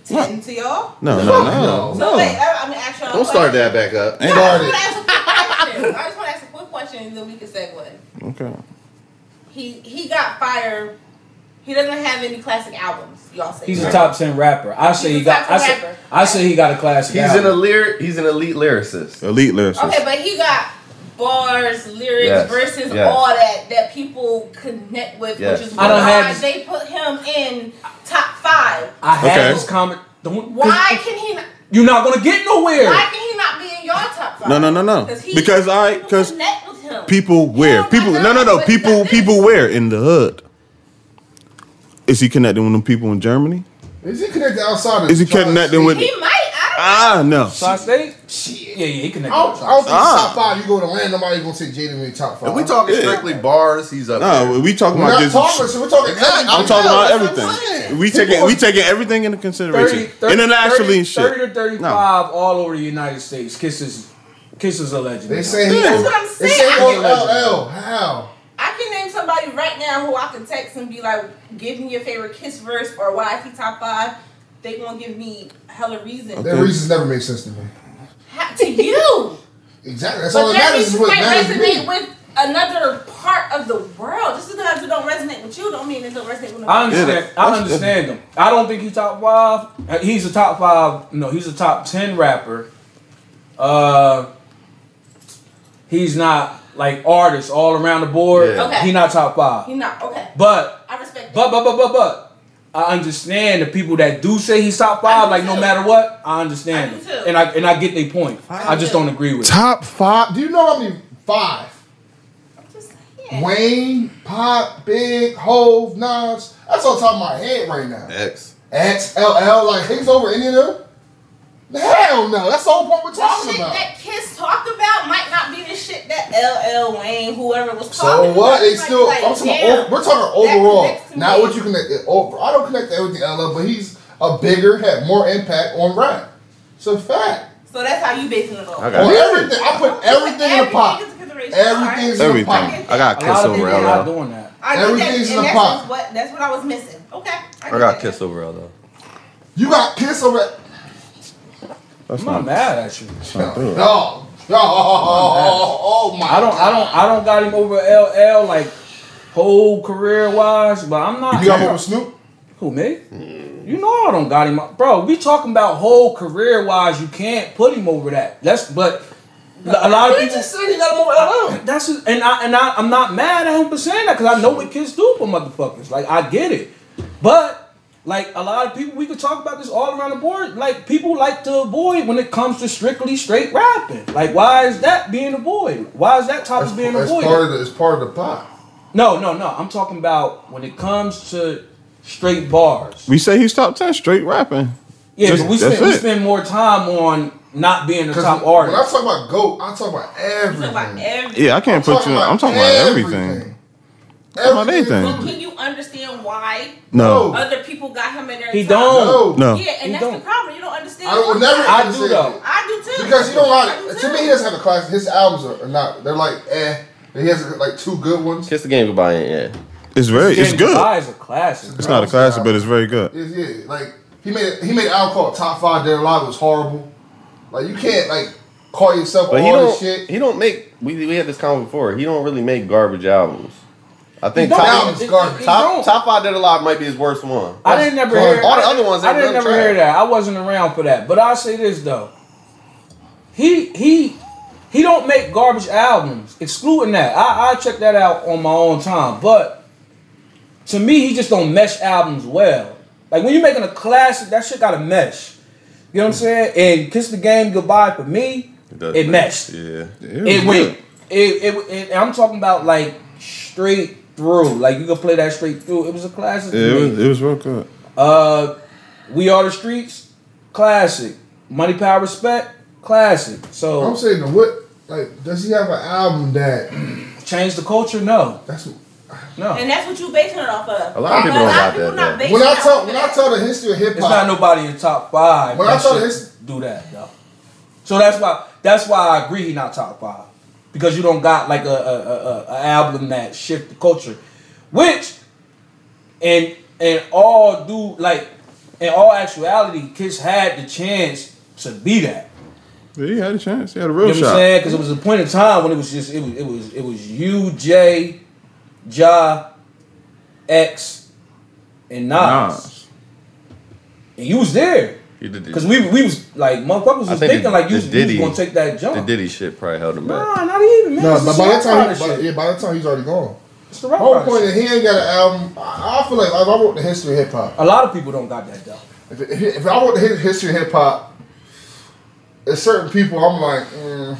Speaker 4: ten to y'all.
Speaker 2: No, no,
Speaker 1: Fuck
Speaker 2: no.
Speaker 1: no.
Speaker 4: So wait, I, I mean, actually,
Speaker 3: Don't start that back up.
Speaker 2: Ain't
Speaker 4: I
Speaker 2: that-
Speaker 4: just want to ask a quick question. I just want to ask a quick question, and then we can segue.
Speaker 2: Okay.
Speaker 4: He he got fired. He doesn't have any classic albums. Y'all say
Speaker 5: He's a
Speaker 4: right?
Speaker 5: top ten rapper. I say
Speaker 4: He's
Speaker 5: he
Speaker 4: a
Speaker 5: got.
Speaker 4: top
Speaker 5: I
Speaker 4: 10
Speaker 5: say,
Speaker 4: rapper.
Speaker 5: I say he got a classic.
Speaker 3: He's an
Speaker 5: album.
Speaker 3: elite. He's an elite lyricist.
Speaker 2: Elite lyricist.
Speaker 4: Okay, but he got bars, lyrics,
Speaker 3: Yes,
Speaker 4: verses,
Speaker 3: yes.
Speaker 4: all that that people connect with,
Speaker 3: Yes.
Speaker 4: which is
Speaker 5: I
Speaker 4: why
Speaker 5: don't have-
Speaker 4: they put him in top five.
Speaker 5: I had
Speaker 2: Okay.
Speaker 5: this comment. Don't.
Speaker 4: Why can he? Not,
Speaker 5: You're not gonna get nowhere.
Speaker 4: why can he not be in your top five?
Speaker 2: No, no, no, no.
Speaker 4: he-
Speaker 2: Because I-
Speaker 4: people
Speaker 2: 'cause
Speaker 4: connect with him.
Speaker 2: People wear
Speaker 4: my
Speaker 2: people. No,
Speaker 4: God,
Speaker 2: no, no.
Speaker 4: but
Speaker 2: People,
Speaker 4: not this.
Speaker 2: people wear in the hood. Is he connecting with them people in Germany?
Speaker 1: Is he connected outside? Of
Speaker 2: Is he
Speaker 1: Charlotte
Speaker 2: connecting
Speaker 1: City?
Speaker 2: with?
Speaker 4: He might. I
Speaker 2: Ah, no.
Speaker 5: Tri State?
Speaker 1: Shit.
Speaker 5: Yeah, yeah, he connected.
Speaker 1: I don't, I
Speaker 5: with
Speaker 1: don't think
Speaker 2: Ah.
Speaker 1: top five. You go to land, nobody gonna take Jaden in the top five.
Speaker 3: If we talking
Speaker 2: Yeah.
Speaker 3: strictly bars, he's up.
Speaker 2: No, we talking
Speaker 1: We're
Speaker 2: about
Speaker 1: not
Speaker 2: just.
Speaker 1: talking. So we're talking.
Speaker 2: I'm talking
Speaker 1: know,
Speaker 2: about
Speaker 1: that's what I'm
Speaker 2: everything.
Speaker 1: saying.
Speaker 2: We taking
Speaker 1: People
Speaker 2: we
Speaker 1: are-
Speaker 2: taking everything into
Speaker 5: don't.
Speaker 2: consideration internationally and shit.
Speaker 5: 30 to 35 all over the United States. Kisses, kisses a legend.
Speaker 1: They say he.
Speaker 2: That's
Speaker 1: on-
Speaker 4: what I'm
Speaker 1: They
Speaker 4: saying.
Speaker 1: say
Speaker 4: I
Speaker 1: he on
Speaker 5: get legend.
Speaker 1: LL. How?
Speaker 4: don't, I can name somebody right now who I can text and be like, "Give me your favorite Kiss verse or why is he top five? They gonna give me hella reason
Speaker 1: That
Speaker 2: Okay.
Speaker 1: reasons never make sense to me.
Speaker 4: Ha-
Speaker 1: [laughs]
Speaker 4: to you.
Speaker 1: Exactly. That's all
Speaker 4: But
Speaker 1: that
Speaker 4: that
Speaker 1: matters. Is
Speaker 4: reason
Speaker 1: what
Speaker 4: might
Speaker 1: matters. to
Speaker 4: resonate
Speaker 1: me.
Speaker 4: with another part of the world. Just because it don't resonate with you, don't mean it don't resonate with. nobody else.
Speaker 5: I understand.
Speaker 2: Yeah, that-
Speaker 5: I
Speaker 2: that's-
Speaker 5: understand him. I don't think he's top five. Uh, He's a top five. No, he's a top ten rapper. Uh, he's not like artists all around the board.
Speaker 3: Yeah.
Speaker 4: Okay.
Speaker 5: He's not top five.
Speaker 4: You not okay.
Speaker 5: But
Speaker 4: I respect.
Speaker 5: But
Speaker 4: that.
Speaker 5: but but but but I understand the people that do say he's top five.
Speaker 4: do
Speaker 5: Like no
Speaker 4: too.
Speaker 5: matter what, I
Speaker 4: I
Speaker 5: understand
Speaker 4: do
Speaker 5: it,
Speaker 4: too.
Speaker 5: and I and I get their point. I, just
Speaker 4: do.
Speaker 5: don't agree with. it.
Speaker 1: Top five. Do you know how many five?
Speaker 4: I'm just saying.
Speaker 1: Wayne, Pop, Big, Hove, Nas. That's on top of my head right now.
Speaker 3: X.
Speaker 1: X, LL, like Hicks over any of them? Hell no. That's the whole point we're
Speaker 4: The
Speaker 1: talking
Speaker 4: shit
Speaker 1: about.
Speaker 4: that Kiss talked about might not be the shit that LL Wayne, whoever was talking
Speaker 1: So
Speaker 4: about.
Speaker 1: what? They
Speaker 4: It's like-
Speaker 1: still.
Speaker 4: like,
Speaker 1: I'm talking
Speaker 4: damn.
Speaker 1: over, we're talking overall,
Speaker 4: connects to
Speaker 1: not
Speaker 4: me.
Speaker 1: what you connect. it Over. I don't connect to everything LL, but he's a bigger, had more impact on rap. It's a fact.
Speaker 4: So that's how you basing it off.
Speaker 3: I got
Speaker 1: On
Speaker 3: Really?
Speaker 1: everything, I put everything in the pot.
Speaker 4: Everything is a consideration.
Speaker 1: Everything's
Speaker 4: All
Speaker 1: in
Speaker 4: right.
Speaker 1: the
Speaker 2: Everything.
Speaker 1: pot.
Speaker 3: I got
Speaker 5: A
Speaker 3: Kiss
Speaker 5: lot of
Speaker 3: over
Speaker 5: people are not
Speaker 3: LL.
Speaker 5: doing that.
Speaker 4: I get
Speaker 1: everything's
Speaker 4: that,
Speaker 1: in the
Speaker 4: and that's
Speaker 1: pot.
Speaker 4: just What, that's what I was missing. Okay.
Speaker 3: I got Kiss over LL.
Speaker 1: You got Kiss over.
Speaker 2: That's
Speaker 5: I'm not mad at you.
Speaker 1: No,
Speaker 2: not good.
Speaker 1: no, oh, my!
Speaker 5: I don't I don't I don't got him over LL like whole career wise, but I'm not.
Speaker 1: You got over Snoop?
Speaker 5: Who me? You know I don't got him, up. bro. We talking about whole career wise. You can't put him over that. That's but a lot of
Speaker 4: You
Speaker 5: people.
Speaker 4: just said you got him over LL.
Speaker 5: Oh, That's just, and I and I, I'm not mad at him for saying that because I know what kids do for motherfuckers. Like I get it, but like a lot of people, we could talk about this all around the board. Like people like to avoid when it comes to strictly straight rapping. Like why is that being avoided? Why is that topic
Speaker 1: That's,
Speaker 5: being
Speaker 1: that's
Speaker 5: avoided?
Speaker 1: part of the. It's part of the pot.
Speaker 5: no, no, no. I'm talking about when it comes to straight bars.
Speaker 2: We say he's top ten straight rapping.
Speaker 5: Yeah,
Speaker 2: Just-
Speaker 5: but we
Speaker 2: that's
Speaker 5: spend we
Speaker 2: it.
Speaker 5: spend more time on not being a
Speaker 1: 'Cause
Speaker 5: top
Speaker 1: When I
Speaker 5: artist.
Speaker 1: talk about goat, I talk about
Speaker 4: You talk
Speaker 1: everything.
Speaker 4: about everything.
Speaker 2: Yeah, I can't put you. I'm talking about everything.
Speaker 1: Everything.
Speaker 2: about
Speaker 4: But
Speaker 2: anything.
Speaker 4: can you understand why
Speaker 2: No,
Speaker 1: No.
Speaker 4: other people got him in there?
Speaker 5: He
Speaker 4: top?
Speaker 5: don't.
Speaker 1: No,
Speaker 2: no.
Speaker 4: Yeah, and
Speaker 5: He
Speaker 4: that's
Speaker 5: don't.
Speaker 4: the problem. You don't understand.
Speaker 1: I will never.
Speaker 5: I do,
Speaker 1: understand
Speaker 5: though.
Speaker 1: it.
Speaker 4: I do too.
Speaker 1: Because you don't
Speaker 4: I
Speaker 1: like.
Speaker 4: do
Speaker 1: To
Speaker 4: too.
Speaker 1: me, he doesn't have a classic. His albums are, are not. They're like eh. He has like two good ones.
Speaker 3: Kiss the game goodbye. Yeah.
Speaker 2: it's very. It's
Speaker 5: Jay
Speaker 2: good.
Speaker 5: Jai is a classic.
Speaker 2: It's not a classic, but it's very good.
Speaker 1: Yeah, yeah. Like he made he made an album called Top Five Dead or Alive. It was horrible. Like you can't like call yourself
Speaker 3: But he
Speaker 1: all this
Speaker 3: don't.
Speaker 1: shit.
Speaker 3: He don't make. We, we had this comment before. He don't really make garbage albums. I
Speaker 5: He
Speaker 3: think
Speaker 5: don't.
Speaker 3: top,
Speaker 1: albums garbage.
Speaker 5: He don't.
Speaker 3: top top five dead alive might be his worst one.
Speaker 5: I didn't never hear
Speaker 3: All the other ones
Speaker 5: I
Speaker 3: they've
Speaker 5: didn't
Speaker 3: done
Speaker 5: never
Speaker 3: trash.
Speaker 5: hear that. I wasn't around for that. But I'll say this though. He he he don't make garbage albums. Excluding that, I I check that out on my own time. But to me, he just don't mesh albums well. Like when you're making a classic, that shit gotta mesh. You know what I'm saying? And Kiss the Game Goodbye for me, it, meshed.
Speaker 3: Yeah.
Speaker 2: was
Speaker 5: It went. It, it, it, and I'm talking about like straight through. Like you can play that straight through. It was a classic.
Speaker 2: good. It
Speaker 5: to me.
Speaker 2: was. It was real good.
Speaker 5: Uh, we are the streets, classic. Money, power, respect, classic.
Speaker 1: I'm
Speaker 5: So
Speaker 1: saying the what Like, does he have an album that
Speaker 5: Change the culture? No,
Speaker 1: that's
Speaker 5: no.
Speaker 4: And that's what you basing it off of.
Speaker 3: A lot of people
Speaker 4: But
Speaker 3: don't got
Speaker 4: people
Speaker 3: that,
Speaker 4: not
Speaker 3: though.
Speaker 4: basing
Speaker 1: when I
Speaker 4: it off
Speaker 1: tell
Speaker 4: of
Speaker 1: when I
Speaker 4: that.
Speaker 1: tell the history of hip
Speaker 5: It's not
Speaker 1: hop.
Speaker 5: nobody in top five.
Speaker 1: When
Speaker 5: that
Speaker 1: I thought
Speaker 5: should
Speaker 1: it's-
Speaker 5: do that though. So that's why that's why I agree he not top five because you don't got like a a, a, a album that shift the culture, which and and all do like in all actuality, Kiss had the chance to be that.
Speaker 2: Yeah, he had a chance. He had a
Speaker 5: You
Speaker 2: real
Speaker 5: know what I'm
Speaker 2: shot.
Speaker 5: saying? Because it was a point in time when it was just it was it was it was you, Jay, Ja, X, and Nas,
Speaker 2: Nas.
Speaker 5: and you was there.
Speaker 3: He did the-
Speaker 5: Cause we we was like motherfuckers
Speaker 3: I
Speaker 5: was
Speaker 3: think
Speaker 5: thinking
Speaker 3: the-
Speaker 5: like you
Speaker 3: the
Speaker 5: was, you was
Speaker 3: Diddy-
Speaker 5: gonna take
Speaker 3: The
Speaker 5: that jump.
Speaker 3: Diddy shit probably held him back.
Speaker 5: Nah, not even man.
Speaker 1: No,
Speaker 5: it's
Speaker 1: but
Speaker 5: the
Speaker 1: by that
Speaker 5: Rock
Speaker 1: time,
Speaker 5: Rider
Speaker 1: he, by,
Speaker 5: shit.
Speaker 1: yeah, by that time he's already gone.
Speaker 5: It's the Rock
Speaker 1: whole
Speaker 5: Rider
Speaker 1: point
Speaker 5: shit.
Speaker 1: is he ain't got an album. I I feel like if I wrote the history of hip hop,
Speaker 5: A lot of people don't got that though.
Speaker 1: if, if, if I wrote the hi- history of hip hop, there's certain people I'm like, mm,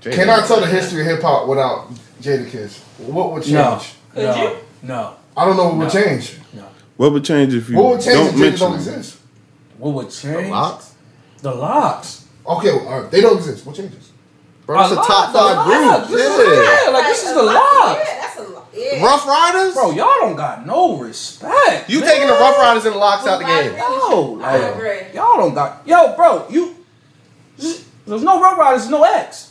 Speaker 1: can I tell the history of hip hop without Jadakiss? What would change?
Speaker 5: No,
Speaker 4: Could
Speaker 5: no,
Speaker 4: you?
Speaker 5: no,
Speaker 1: I don't know what would
Speaker 5: No.
Speaker 1: change.
Speaker 5: no.
Speaker 2: What would change if you
Speaker 1: What would change
Speaker 2: don't
Speaker 1: if Jada
Speaker 2: mention
Speaker 1: don't
Speaker 2: him?
Speaker 1: exist?
Speaker 5: What would change the locks?
Speaker 3: Locks?
Speaker 5: The locks.
Speaker 1: Okay, well, all right, they don't exist. What changes?
Speaker 3: Bro, it's a
Speaker 5: lot,
Speaker 3: top
Speaker 5: the
Speaker 3: five
Speaker 5: locks.
Speaker 3: group.
Speaker 5: This is-
Speaker 3: Yeah.
Speaker 5: Yeah, like this is the
Speaker 4: lot.
Speaker 5: locks.
Speaker 4: Yeah, that's a lot. Yeah.
Speaker 3: Rough Riders?
Speaker 5: Bro, y'all don't got no respect.
Speaker 3: you
Speaker 5: man.
Speaker 3: taking the Rough Riders and the locks out the game.
Speaker 5: No,
Speaker 4: I
Speaker 5: like,
Speaker 4: agree.
Speaker 5: y'all don't got yo, bro. You there's no Rough Riders, no X.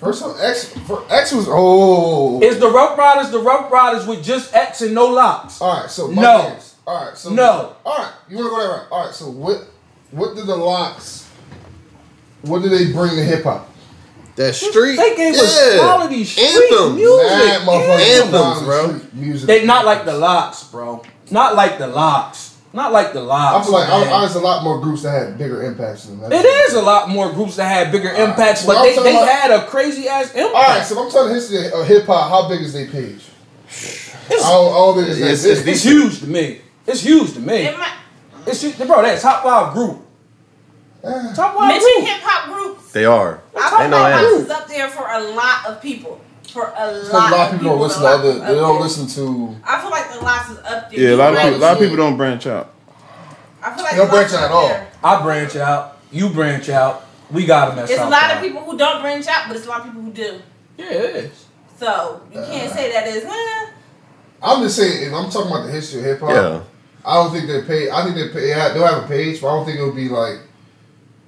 Speaker 1: First time X, for X was oh.
Speaker 5: Is the Rough Riders the Rough Riders with just X and no locks?
Speaker 1: all right, so my
Speaker 5: No.
Speaker 1: thing is- All right, so
Speaker 5: No.
Speaker 1: All right, you want to go that route? All right, so what? What did the locks? What did they bring to hip hop?
Speaker 3: That street.
Speaker 5: They gave us
Speaker 3: yeah.
Speaker 5: quality street
Speaker 3: Anthems.
Speaker 5: music.
Speaker 1: Mad motherfuckers
Speaker 3: Anthems,
Speaker 1: down the
Speaker 3: bro.
Speaker 1: street Music.
Speaker 5: They not like the locks, bro. Not like the locks. Not like the locks.
Speaker 1: I feel like
Speaker 5: man.
Speaker 1: I, I was a lot more groups that had bigger impacts than that.
Speaker 5: it is a lot more groups that had bigger impacts,
Speaker 1: Well,
Speaker 5: but
Speaker 1: I'm
Speaker 5: they,
Speaker 1: talking
Speaker 5: they
Speaker 1: about-
Speaker 5: had a crazy ass impact.
Speaker 1: All right, so if I'm telling the history of hip hop. How big is they page?
Speaker 5: It's-
Speaker 1: I don't, I don't think it's, that
Speaker 3: It's-
Speaker 1: big.
Speaker 3: it's
Speaker 5: it's huge to me. It's huge to me.
Speaker 4: In my-
Speaker 5: It's huge, bro. That top five group.
Speaker 1: Ah.
Speaker 5: Top five
Speaker 4: Mention
Speaker 5: group.
Speaker 4: hip hop groups.
Speaker 3: They are.
Speaker 4: I
Speaker 3: Ain't
Speaker 4: feel
Speaker 3: no
Speaker 4: like
Speaker 3: answer.
Speaker 4: House is up there for a lot of people. For a
Speaker 1: It's 'cause
Speaker 4: lot,
Speaker 1: a lot of people don't listen to
Speaker 4: a lot
Speaker 1: other.
Speaker 4: is
Speaker 1: They
Speaker 4: up
Speaker 1: don't
Speaker 4: there.
Speaker 1: listen to.
Speaker 4: I feel like the lots is up there.
Speaker 2: Yeah, a lot, of
Speaker 4: Right.
Speaker 2: people, a lot of people don't branch out.
Speaker 4: I feel like
Speaker 1: They don't
Speaker 4: the Lots
Speaker 1: branch out at
Speaker 4: is up
Speaker 1: all.
Speaker 4: there.
Speaker 5: I branch out. You branch out. We got them at
Speaker 4: It's a
Speaker 5: South
Speaker 4: lot
Speaker 5: Side.
Speaker 4: of people who don't branch out, but it's a lot of people who do.
Speaker 5: Yeah, it is.
Speaker 4: So
Speaker 1: Uh,
Speaker 4: you can't say that is. Eh.
Speaker 1: I'm just saying. If I'm talking about the history of hip hop,
Speaker 3: Yeah.
Speaker 1: I don't think they pay. I think they pay. Yeah, they'll have a page, but I don't think it'll be like.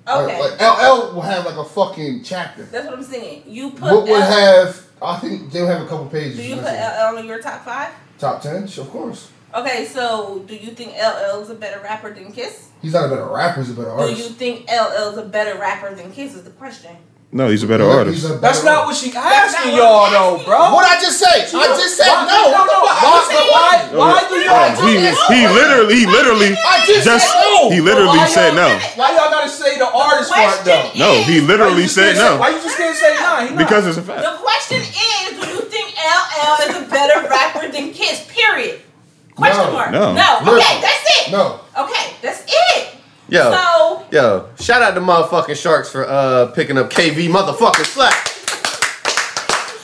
Speaker 4: Okay,
Speaker 1: Like, like LL will have like a fucking chapter.
Speaker 4: that's what I'm saying. You put
Speaker 1: What would
Speaker 4: L-
Speaker 1: have? I think they'll have a couple pages.
Speaker 4: Do you put
Speaker 1: That's it.
Speaker 4: LL in your top five?
Speaker 1: top ten? Of course.
Speaker 4: Okay, so do you think LL is a better rapper than Kiss?
Speaker 1: He's not a better rapper. He's a better
Speaker 4: Do
Speaker 1: artist.
Speaker 4: you think LL is a better rapper than Kiss? Is the question.
Speaker 2: No, he's a better
Speaker 1: He's a-
Speaker 2: artist.
Speaker 1: he's a
Speaker 5: That's
Speaker 1: better
Speaker 5: not
Speaker 1: artist.
Speaker 5: what she
Speaker 4: not
Speaker 5: asking
Speaker 4: what
Speaker 5: y'all
Speaker 4: I'm
Speaker 5: though,
Speaker 4: asking.
Speaker 5: bro.
Speaker 1: What I just say? I just said
Speaker 5: Why-
Speaker 1: no.
Speaker 5: No, no.
Speaker 1: What the fuck?
Speaker 5: Why, why,
Speaker 2: No,
Speaker 5: why do y'all?
Speaker 2: he, he literally, he literally,
Speaker 1: I just
Speaker 2: just
Speaker 1: said no.
Speaker 2: he literally
Speaker 5: Why
Speaker 2: said
Speaker 5: y'all-
Speaker 2: no.
Speaker 5: Why y'all gotta say the artist part though?
Speaker 4: Question
Speaker 2: No, he
Speaker 4: is-
Speaker 5: Why you
Speaker 2: literally
Speaker 5: just
Speaker 2: said
Speaker 5: can't say- Why
Speaker 2: no
Speaker 5: you just can't say nah? He not.
Speaker 2: because it's a
Speaker 4: The
Speaker 2: fact.
Speaker 4: question is, do you think LL is a better rapper than Kiss? Period. Question
Speaker 1: No,
Speaker 4: mark.
Speaker 2: no.
Speaker 1: No.
Speaker 4: Okay, that's it.
Speaker 1: No.
Speaker 4: Okay, that's it.
Speaker 3: Yo.
Speaker 4: So
Speaker 3: Yo, shout out to motherfucking Sharks for uh picking up KV motherfucking slack.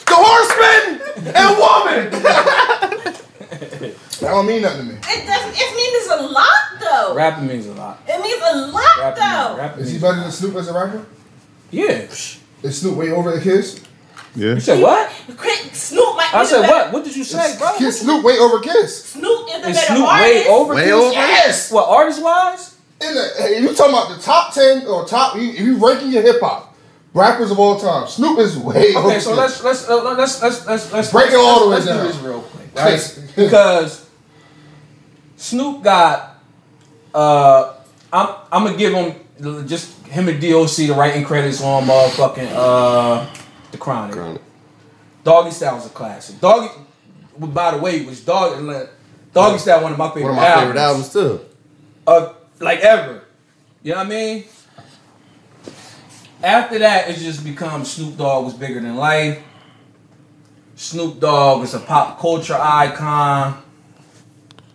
Speaker 3: the horseman and woman.
Speaker 1: That don't mean nothing to me.
Speaker 4: it doesn't. It means a lot though.
Speaker 5: Rapping means a lot.
Speaker 4: It means a lot
Speaker 5: Rapping,
Speaker 4: though.
Speaker 5: means, rapping
Speaker 1: Is he
Speaker 5: means.
Speaker 1: better than Snoop as a rapper?
Speaker 5: Yeah.
Speaker 1: Is Snoop way over the Kiss?
Speaker 2: Yeah,
Speaker 5: You said what?
Speaker 4: Quick, Snoop might be
Speaker 5: I
Speaker 4: the
Speaker 5: said
Speaker 4: better-
Speaker 5: what? What did you say, bro?
Speaker 1: Kiss Snoop way over Kiss.
Speaker 4: Snoop is the
Speaker 5: Is
Speaker 4: better
Speaker 5: Snoop
Speaker 4: artist.
Speaker 5: way over?
Speaker 3: Way
Speaker 5: Kiss?
Speaker 3: over?
Speaker 1: Yes.
Speaker 5: What artist wise?
Speaker 1: In the, if you talking about the top ten or top, you, if you ranking your hip hop rappers of all time, Snoop is way over.
Speaker 5: Okay, so let's let's uh, let's let's let's let's
Speaker 1: Break it all the way
Speaker 5: let's,
Speaker 1: down.
Speaker 5: Let's do this real quick,
Speaker 1: [laughs]
Speaker 5: right? because Snoop got. Uh, I'm I'm gonna give him just him and DOC the writing credits on motherfucking uh the Chronic. Doggy Style's a classic. Doggy, well, by the way, was Doggy Doggy Style one of my favorite
Speaker 3: One of my favorite albums too.
Speaker 5: of like ever. You know what I mean? After that, it's just become Snoop Dogg was bigger than life. Snoop Dogg is a pop culture icon.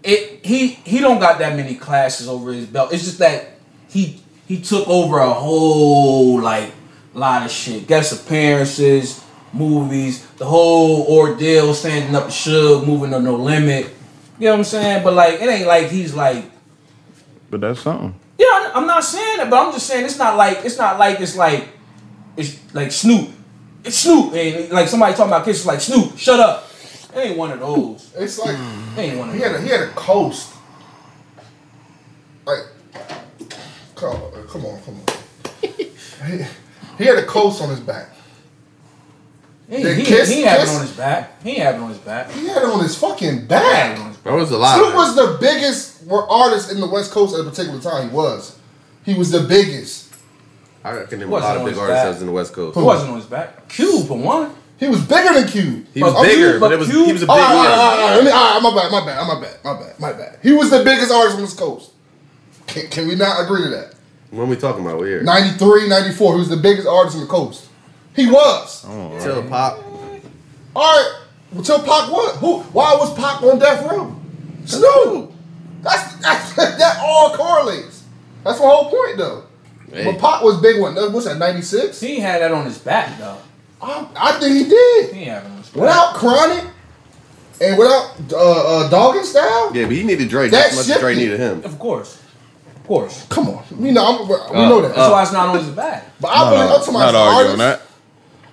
Speaker 5: It he he don't got that many classes over his belt. It's just that he he took over a whole like lot of shit. Guest appearances, movies, the whole ordeal, standing up to Suge, moving to No Limit. You know what I'm saying? But like it ain't like he's like
Speaker 2: but that's something.
Speaker 5: yeah, I, I'm not saying that, but I'm just saying it's not like it's not like it's like it's like Snoop. It's Snoop, and like somebody talking about kids it's like Snoop. Shut up. It ain't one of those.
Speaker 1: It's like
Speaker 5: It ain't one of
Speaker 1: he had
Speaker 5: those.
Speaker 1: a, he had a coast. Like, come on, come on, [laughs] come on. he, he had a coast on his back.
Speaker 5: He,
Speaker 1: Then
Speaker 5: he,
Speaker 1: Kiss-
Speaker 5: he ain't have it
Speaker 1: Kiss-
Speaker 5: on his back. He ain't have it on his back. He
Speaker 1: He had it on his fucking
Speaker 5: ain't have it
Speaker 1: back.
Speaker 5: on his
Speaker 3: That was a lot.
Speaker 1: Snoop was the biggest were artist in the West Coast at a particular time. He was. He was the biggest.
Speaker 3: I reckon there
Speaker 5: He
Speaker 3: were a lot
Speaker 5: wasn't
Speaker 3: of
Speaker 5: on
Speaker 3: big
Speaker 5: his
Speaker 3: artists
Speaker 5: back.
Speaker 3: that was in the West Coast.
Speaker 5: It wasn't on his back. Q for one.
Speaker 1: He was bigger than Q.
Speaker 3: He was
Speaker 1: Oh,
Speaker 3: bigger,
Speaker 5: you-
Speaker 3: but it was
Speaker 5: you- Oh,
Speaker 3: he was a big
Speaker 1: All right, all right,
Speaker 3: artist.
Speaker 1: all right, all right. Let me- all right, my bad, my bad, my bad, my bad, my bad. He was the biggest artist on this coast. Can, can we not agree to that?
Speaker 5: oh.
Speaker 3: When we talking about we here?
Speaker 1: 93, 94, he was the biggest artist on the coast. He was.
Speaker 3: Till pop.
Speaker 1: All right, well, till Pac what? Who? Why was Pac on death row? Snoop. That's, that's [laughs] that all correlates. That's my whole point, though.
Speaker 3: Hey.
Speaker 1: But Pac was big one. What's that? 96?
Speaker 5: He ain't had that on his back though.
Speaker 1: I, I think he did.
Speaker 5: He ain't have it on his back.
Speaker 1: Without Chronic and without uh, uh, Dogging Style,
Speaker 3: Yeah, but he needed Dre
Speaker 1: That
Speaker 3: just as much as Dre
Speaker 1: shifted.
Speaker 3: needed him.
Speaker 5: Of course. Of course.
Speaker 1: come on. We know, I'm, we know that.
Speaker 5: That's why it's not on his back.
Speaker 1: but I believe up to my
Speaker 2: Uh, not arguing
Speaker 1: artist.
Speaker 2: that.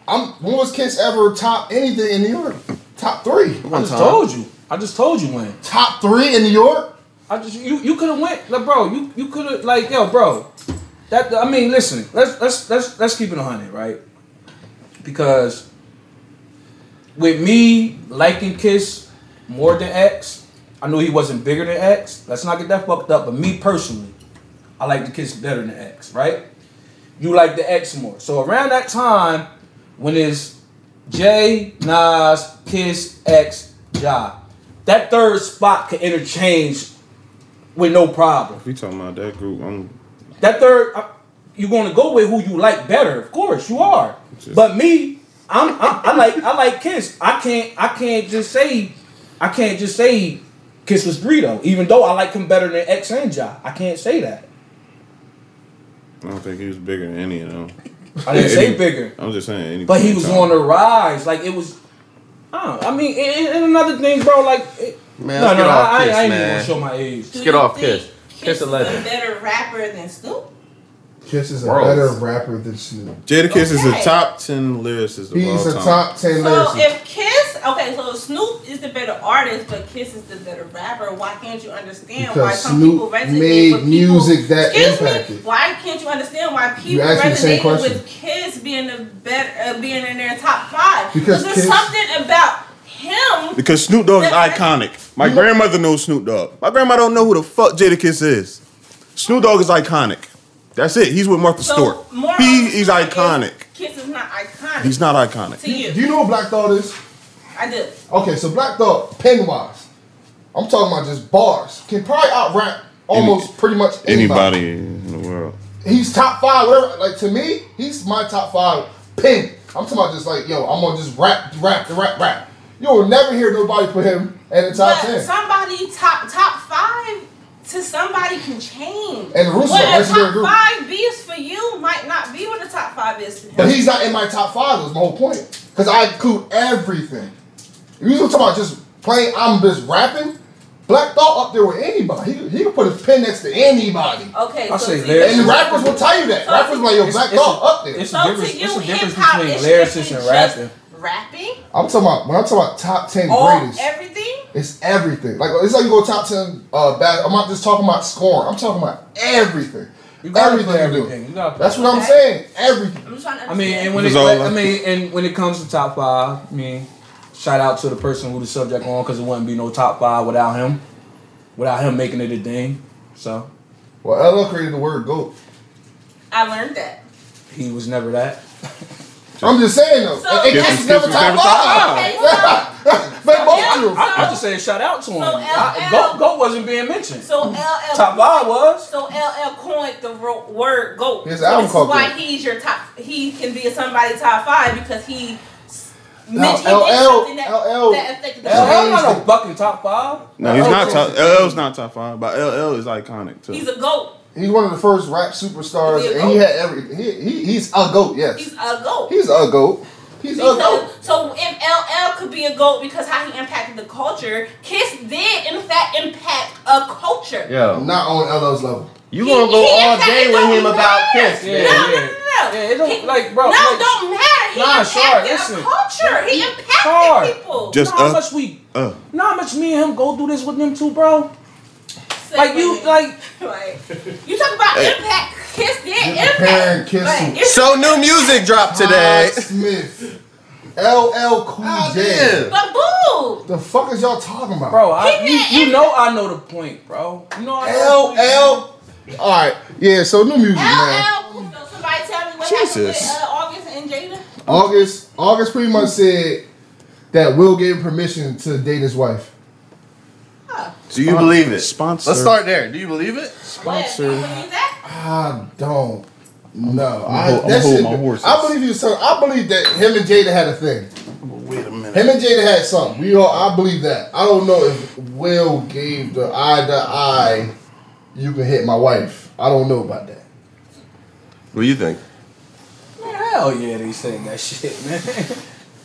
Speaker 1: I'm, when was Kiss ever top anything in New York? Top three.
Speaker 5: I just told you. I just told you when.
Speaker 1: Top three in New York?
Speaker 5: I just you you could have went like bro you you could have like yo bro that I mean listen let's let's let's let's keep it hundred right because with me liking Kiss more than X I knew he wasn't bigger than X let's not get that fucked up but me personally I like the Kiss better than X right you like the X more so around that time when it's J Nas Kiss X Ja that third spot could interchange with no problem.
Speaker 2: We talking about that group. I'm
Speaker 5: That third, uh, you're going to go with who you like better. Of course, you are. But me, I'm, i I like I like Kiss. I can't I can't just say I can't just say Kiss was Greedo, even though I like him better than X and Ja. I can't say that.
Speaker 2: I don't think he was bigger than any of them.
Speaker 5: I didn't say bigger,
Speaker 2: I'm just saying. Any
Speaker 5: but he
Speaker 2: point
Speaker 5: was
Speaker 2: in time.
Speaker 5: on the rise. Like it was. I, don't know. I mean, and, and another thing, bro. Like, it,
Speaker 3: Man,
Speaker 5: no,
Speaker 3: let's
Speaker 5: no,
Speaker 3: get off
Speaker 5: I, I,
Speaker 3: Kiss,
Speaker 5: I ain't even
Speaker 3: man.
Speaker 5: gonna show my age.
Speaker 4: Do
Speaker 3: get
Speaker 4: you
Speaker 3: off
Speaker 4: think
Speaker 3: Kiss.
Speaker 4: Kiss
Speaker 3: Kiss a
Speaker 4: is
Speaker 3: legend.
Speaker 4: a better rapper than Snoop.
Speaker 1: Kiss is a
Speaker 3: Worlds.
Speaker 1: better rapper than Snoop.
Speaker 2: Jada Kiss is a
Speaker 4: Okay.
Speaker 2: top ten lyricist of
Speaker 1: He's
Speaker 2: all
Speaker 1: a
Speaker 2: time.
Speaker 1: top ten
Speaker 4: So
Speaker 1: lyricist.
Speaker 4: if Kiss, okay, so Snoop is the better artist, but Kiss is the better rapper. Why can't you understand why
Speaker 1: Because
Speaker 4: some people
Speaker 1: Snoop
Speaker 4: resonate
Speaker 1: made
Speaker 4: with people?
Speaker 1: music that
Speaker 4: Excuse me.
Speaker 1: impacted.
Speaker 4: Why can't you understand why people
Speaker 1: asked me the same
Speaker 4: resonate
Speaker 1: question.
Speaker 4: with Kiss being the better, uh, being in their top five?
Speaker 1: Because
Speaker 4: there's
Speaker 1: Kiss-
Speaker 4: something about him.
Speaker 2: Because Snoop Dogg is iconic. My grandmother knows Snoop Dogg. My grandma don't know who the fuck Jada Kiss is. Snoop Dogg is iconic. That's it. He's with Martha
Speaker 4: So
Speaker 2: Stewart.
Speaker 4: more
Speaker 2: He is iconic.
Speaker 4: Kiss is not iconic.
Speaker 2: He's not iconic.
Speaker 4: to you.
Speaker 1: Do you know what Black Thought is?
Speaker 4: I do.
Speaker 1: Okay, so Black Thought, pen wise, I'm talking about just bars. Can probably out rap almost pretty much anybody.
Speaker 2: Anybody in the world.
Speaker 1: He's top five, whatever. Like to me, he's my top five pen. I'm talking about just like, yo, I'm gonna just rap, rap, rap, rap. You will never hear nobody put him in the top
Speaker 4: but
Speaker 1: ten.
Speaker 4: somebody top top five to somebody can change.
Speaker 1: And Russo,
Speaker 4: what
Speaker 1: that's
Speaker 4: the
Speaker 1: a good
Speaker 4: top
Speaker 1: group.
Speaker 4: five B is for you might not be what the top five is for him.
Speaker 1: But he's not in my top five. That's my whole point. Because I include everything. If you talking about just playing, I'm just rapping. Black Thought up there with anybody. He, he can put his pen next to anybody.
Speaker 4: okay,
Speaker 5: I
Speaker 4: so
Speaker 5: say
Speaker 4: to
Speaker 5: lyrics.
Speaker 4: you-
Speaker 1: And rappers will tell you that. Rappers like yo,
Speaker 5: It's-
Speaker 1: Black
Speaker 5: it's a-
Speaker 1: Thought up there.
Speaker 5: it's-
Speaker 4: So
Speaker 5: difference-
Speaker 4: to you,
Speaker 5: it's a difference
Speaker 4: hip hop
Speaker 5: between
Speaker 4: is
Speaker 5: lyricist
Speaker 4: different
Speaker 5: and
Speaker 4: just
Speaker 5: rapping.
Speaker 4: Rapping,
Speaker 1: I'm talking about when I'm talking about top ten
Speaker 4: all
Speaker 1: greatest.
Speaker 4: everything.
Speaker 1: it's everything. Like it's like you go top ten. Uh, bad. I'm not just talking about scoring. I'm talking about everything.
Speaker 5: You gotta
Speaker 1: everything
Speaker 5: play
Speaker 1: you do.
Speaker 5: everything. You gotta play
Speaker 1: That's what I'm
Speaker 4: Okay.
Speaker 1: saying. Everything.
Speaker 4: I'm trying to. Understand.
Speaker 5: I mean, and when it,
Speaker 2: It was all
Speaker 5: I
Speaker 2: like-
Speaker 5: mean, and when it comes to top five, I mean, shout out to the person who the subject on because it wouldn't be no top five without him, without him making it a thing. So
Speaker 1: Well, LL created the word goat.
Speaker 4: I learned that.
Speaker 5: he was never that.
Speaker 1: I'm just saying though.
Speaker 4: So-
Speaker 1: and and
Speaker 4: Difference-
Speaker 1: Kiss is never
Speaker 2: difference-
Speaker 1: top
Speaker 2: difference-
Speaker 1: five.
Speaker 4: Okay, so,
Speaker 1: [laughs] They both
Speaker 4: Yeah.
Speaker 1: do.
Speaker 5: I, I just said shout out to him.
Speaker 4: So LL
Speaker 5: I, Goat Goat wasn't being mentioned.
Speaker 4: so LL
Speaker 5: top five was.
Speaker 4: So LL coined the ro- word "goat."
Speaker 1: His
Speaker 4: So
Speaker 1: album
Speaker 4: this is
Speaker 1: called
Speaker 4: why
Speaker 1: Goat.
Speaker 4: he's your top. He can be somebody's top five because he. s-
Speaker 1: Now,
Speaker 4: mentioned- he did
Speaker 1: LL
Speaker 4: something that,
Speaker 1: LL
Speaker 4: that affected the
Speaker 5: LL not a
Speaker 1: Changed it.
Speaker 5: fucking top five.
Speaker 2: No, he's not
Speaker 1: LL
Speaker 2: top. LL's not top five, but LL is iconic too.
Speaker 4: He's a goat.
Speaker 1: He's one of the first rap superstars,
Speaker 4: Is he a
Speaker 1: and he
Speaker 4: goat?
Speaker 1: had everything. He, he, he's a goat. Yes,
Speaker 4: He's
Speaker 1: he's,
Speaker 4: a goat.
Speaker 1: a goat. He's a
Speaker 4: Because-
Speaker 1: goat.
Speaker 4: so if LL could be a goat because how he impacted the culture, Kiss did in fact impact a culture.
Speaker 3: Yo,
Speaker 1: Not on LL's level.
Speaker 3: You
Speaker 4: He-
Speaker 3: gonna go
Speaker 4: he
Speaker 3: all
Speaker 4: attacked-
Speaker 3: day
Speaker 4: it
Speaker 3: with
Speaker 4: don't
Speaker 3: him about
Speaker 4: matter.
Speaker 3: Kiss,
Speaker 5: Yeah,
Speaker 4: no,
Speaker 3: man.
Speaker 5: yeah.
Speaker 4: no, no, no.
Speaker 5: Yeah, it don't-
Speaker 4: He-
Speaker 5: like, bro,
Speaker 4: No,
Speaker 5: like-
Speaker 4: don't matter. He
Speaker 5: Nah, Shar,
Speaker 4: impacted
Speaker 5: listen.
Speaker 4: a culture. He impacted
Speaker 5: Shar,
Speaker 4: people.
Speaker 2: just-
Speaker 5: know how
Speaker 2: uh,
Speaker 5: much we,
Speaker 2: Uh,
Speaker 5: know how much me and him go through this with them two, bro.
Speaker 4: Say
Speaker 5: Like you,
Speaker 4: women.
Speaker 5: like
Speaker 4: Like, you talk about
Speaker 2: Hey.
Speaker 4: impact. Kiss did
Speaker 1: You're comparing
Speaker 4: impact.
Speaker 1: Kiss
Speaker 4: Like,
Speaker 1: to-
Speaker 3: [laughs]
Speaker 4: it's-
Speaker 3: So new music dropped today.
Speaker 1: Todd Smith, LL Cool
Speaker 3: Oh,
Speaker 1: J.
Speaker 3: yeah.
Speaker 4: But boo.
Speaker 1: The fuck is y'all talking about,
Speaker 5: bro, I,
Speaker 4: He did
Speaker 5: you, you know I know the point, bro. You know I know the point.
Speaker 1: LL. All right, yeah. So new music, man.
Speaker 4: LL Cool J. Somebody tell me what happened
Speaker 2: Jesus.
Speaker 4: with uh, August and Jada.
Speaker 1: August. August pretty much said that Will gave him permission to date his wife.
Speaker 3: Do you believe it?
Speaker 2: Sponsor.
Speaker 3: Let's start there. Do you believe it?
Speaker 2: Sponsor.
Speaker 4: What? You believe that?
Speaker 1: I don't. know. i
Speaker 2: hold- I'm
Speaker 1: that
Speaker 2: hold
Speaker 1: shit-
Speaker 2: my horses.
Speaker 1: I believe you. was talking- I believe that him and Jada had a thing.
Speaker 2: Wait a minute.
Speaker 1: Him and Jada had something. We all, I believe that. I don't know if Will gave the eye to eye. You can hit my wife. I don't know about that.
Speaker 3: What do you think?
Speaker 5: Man, hell yeah, they said that shit, [laughs] man.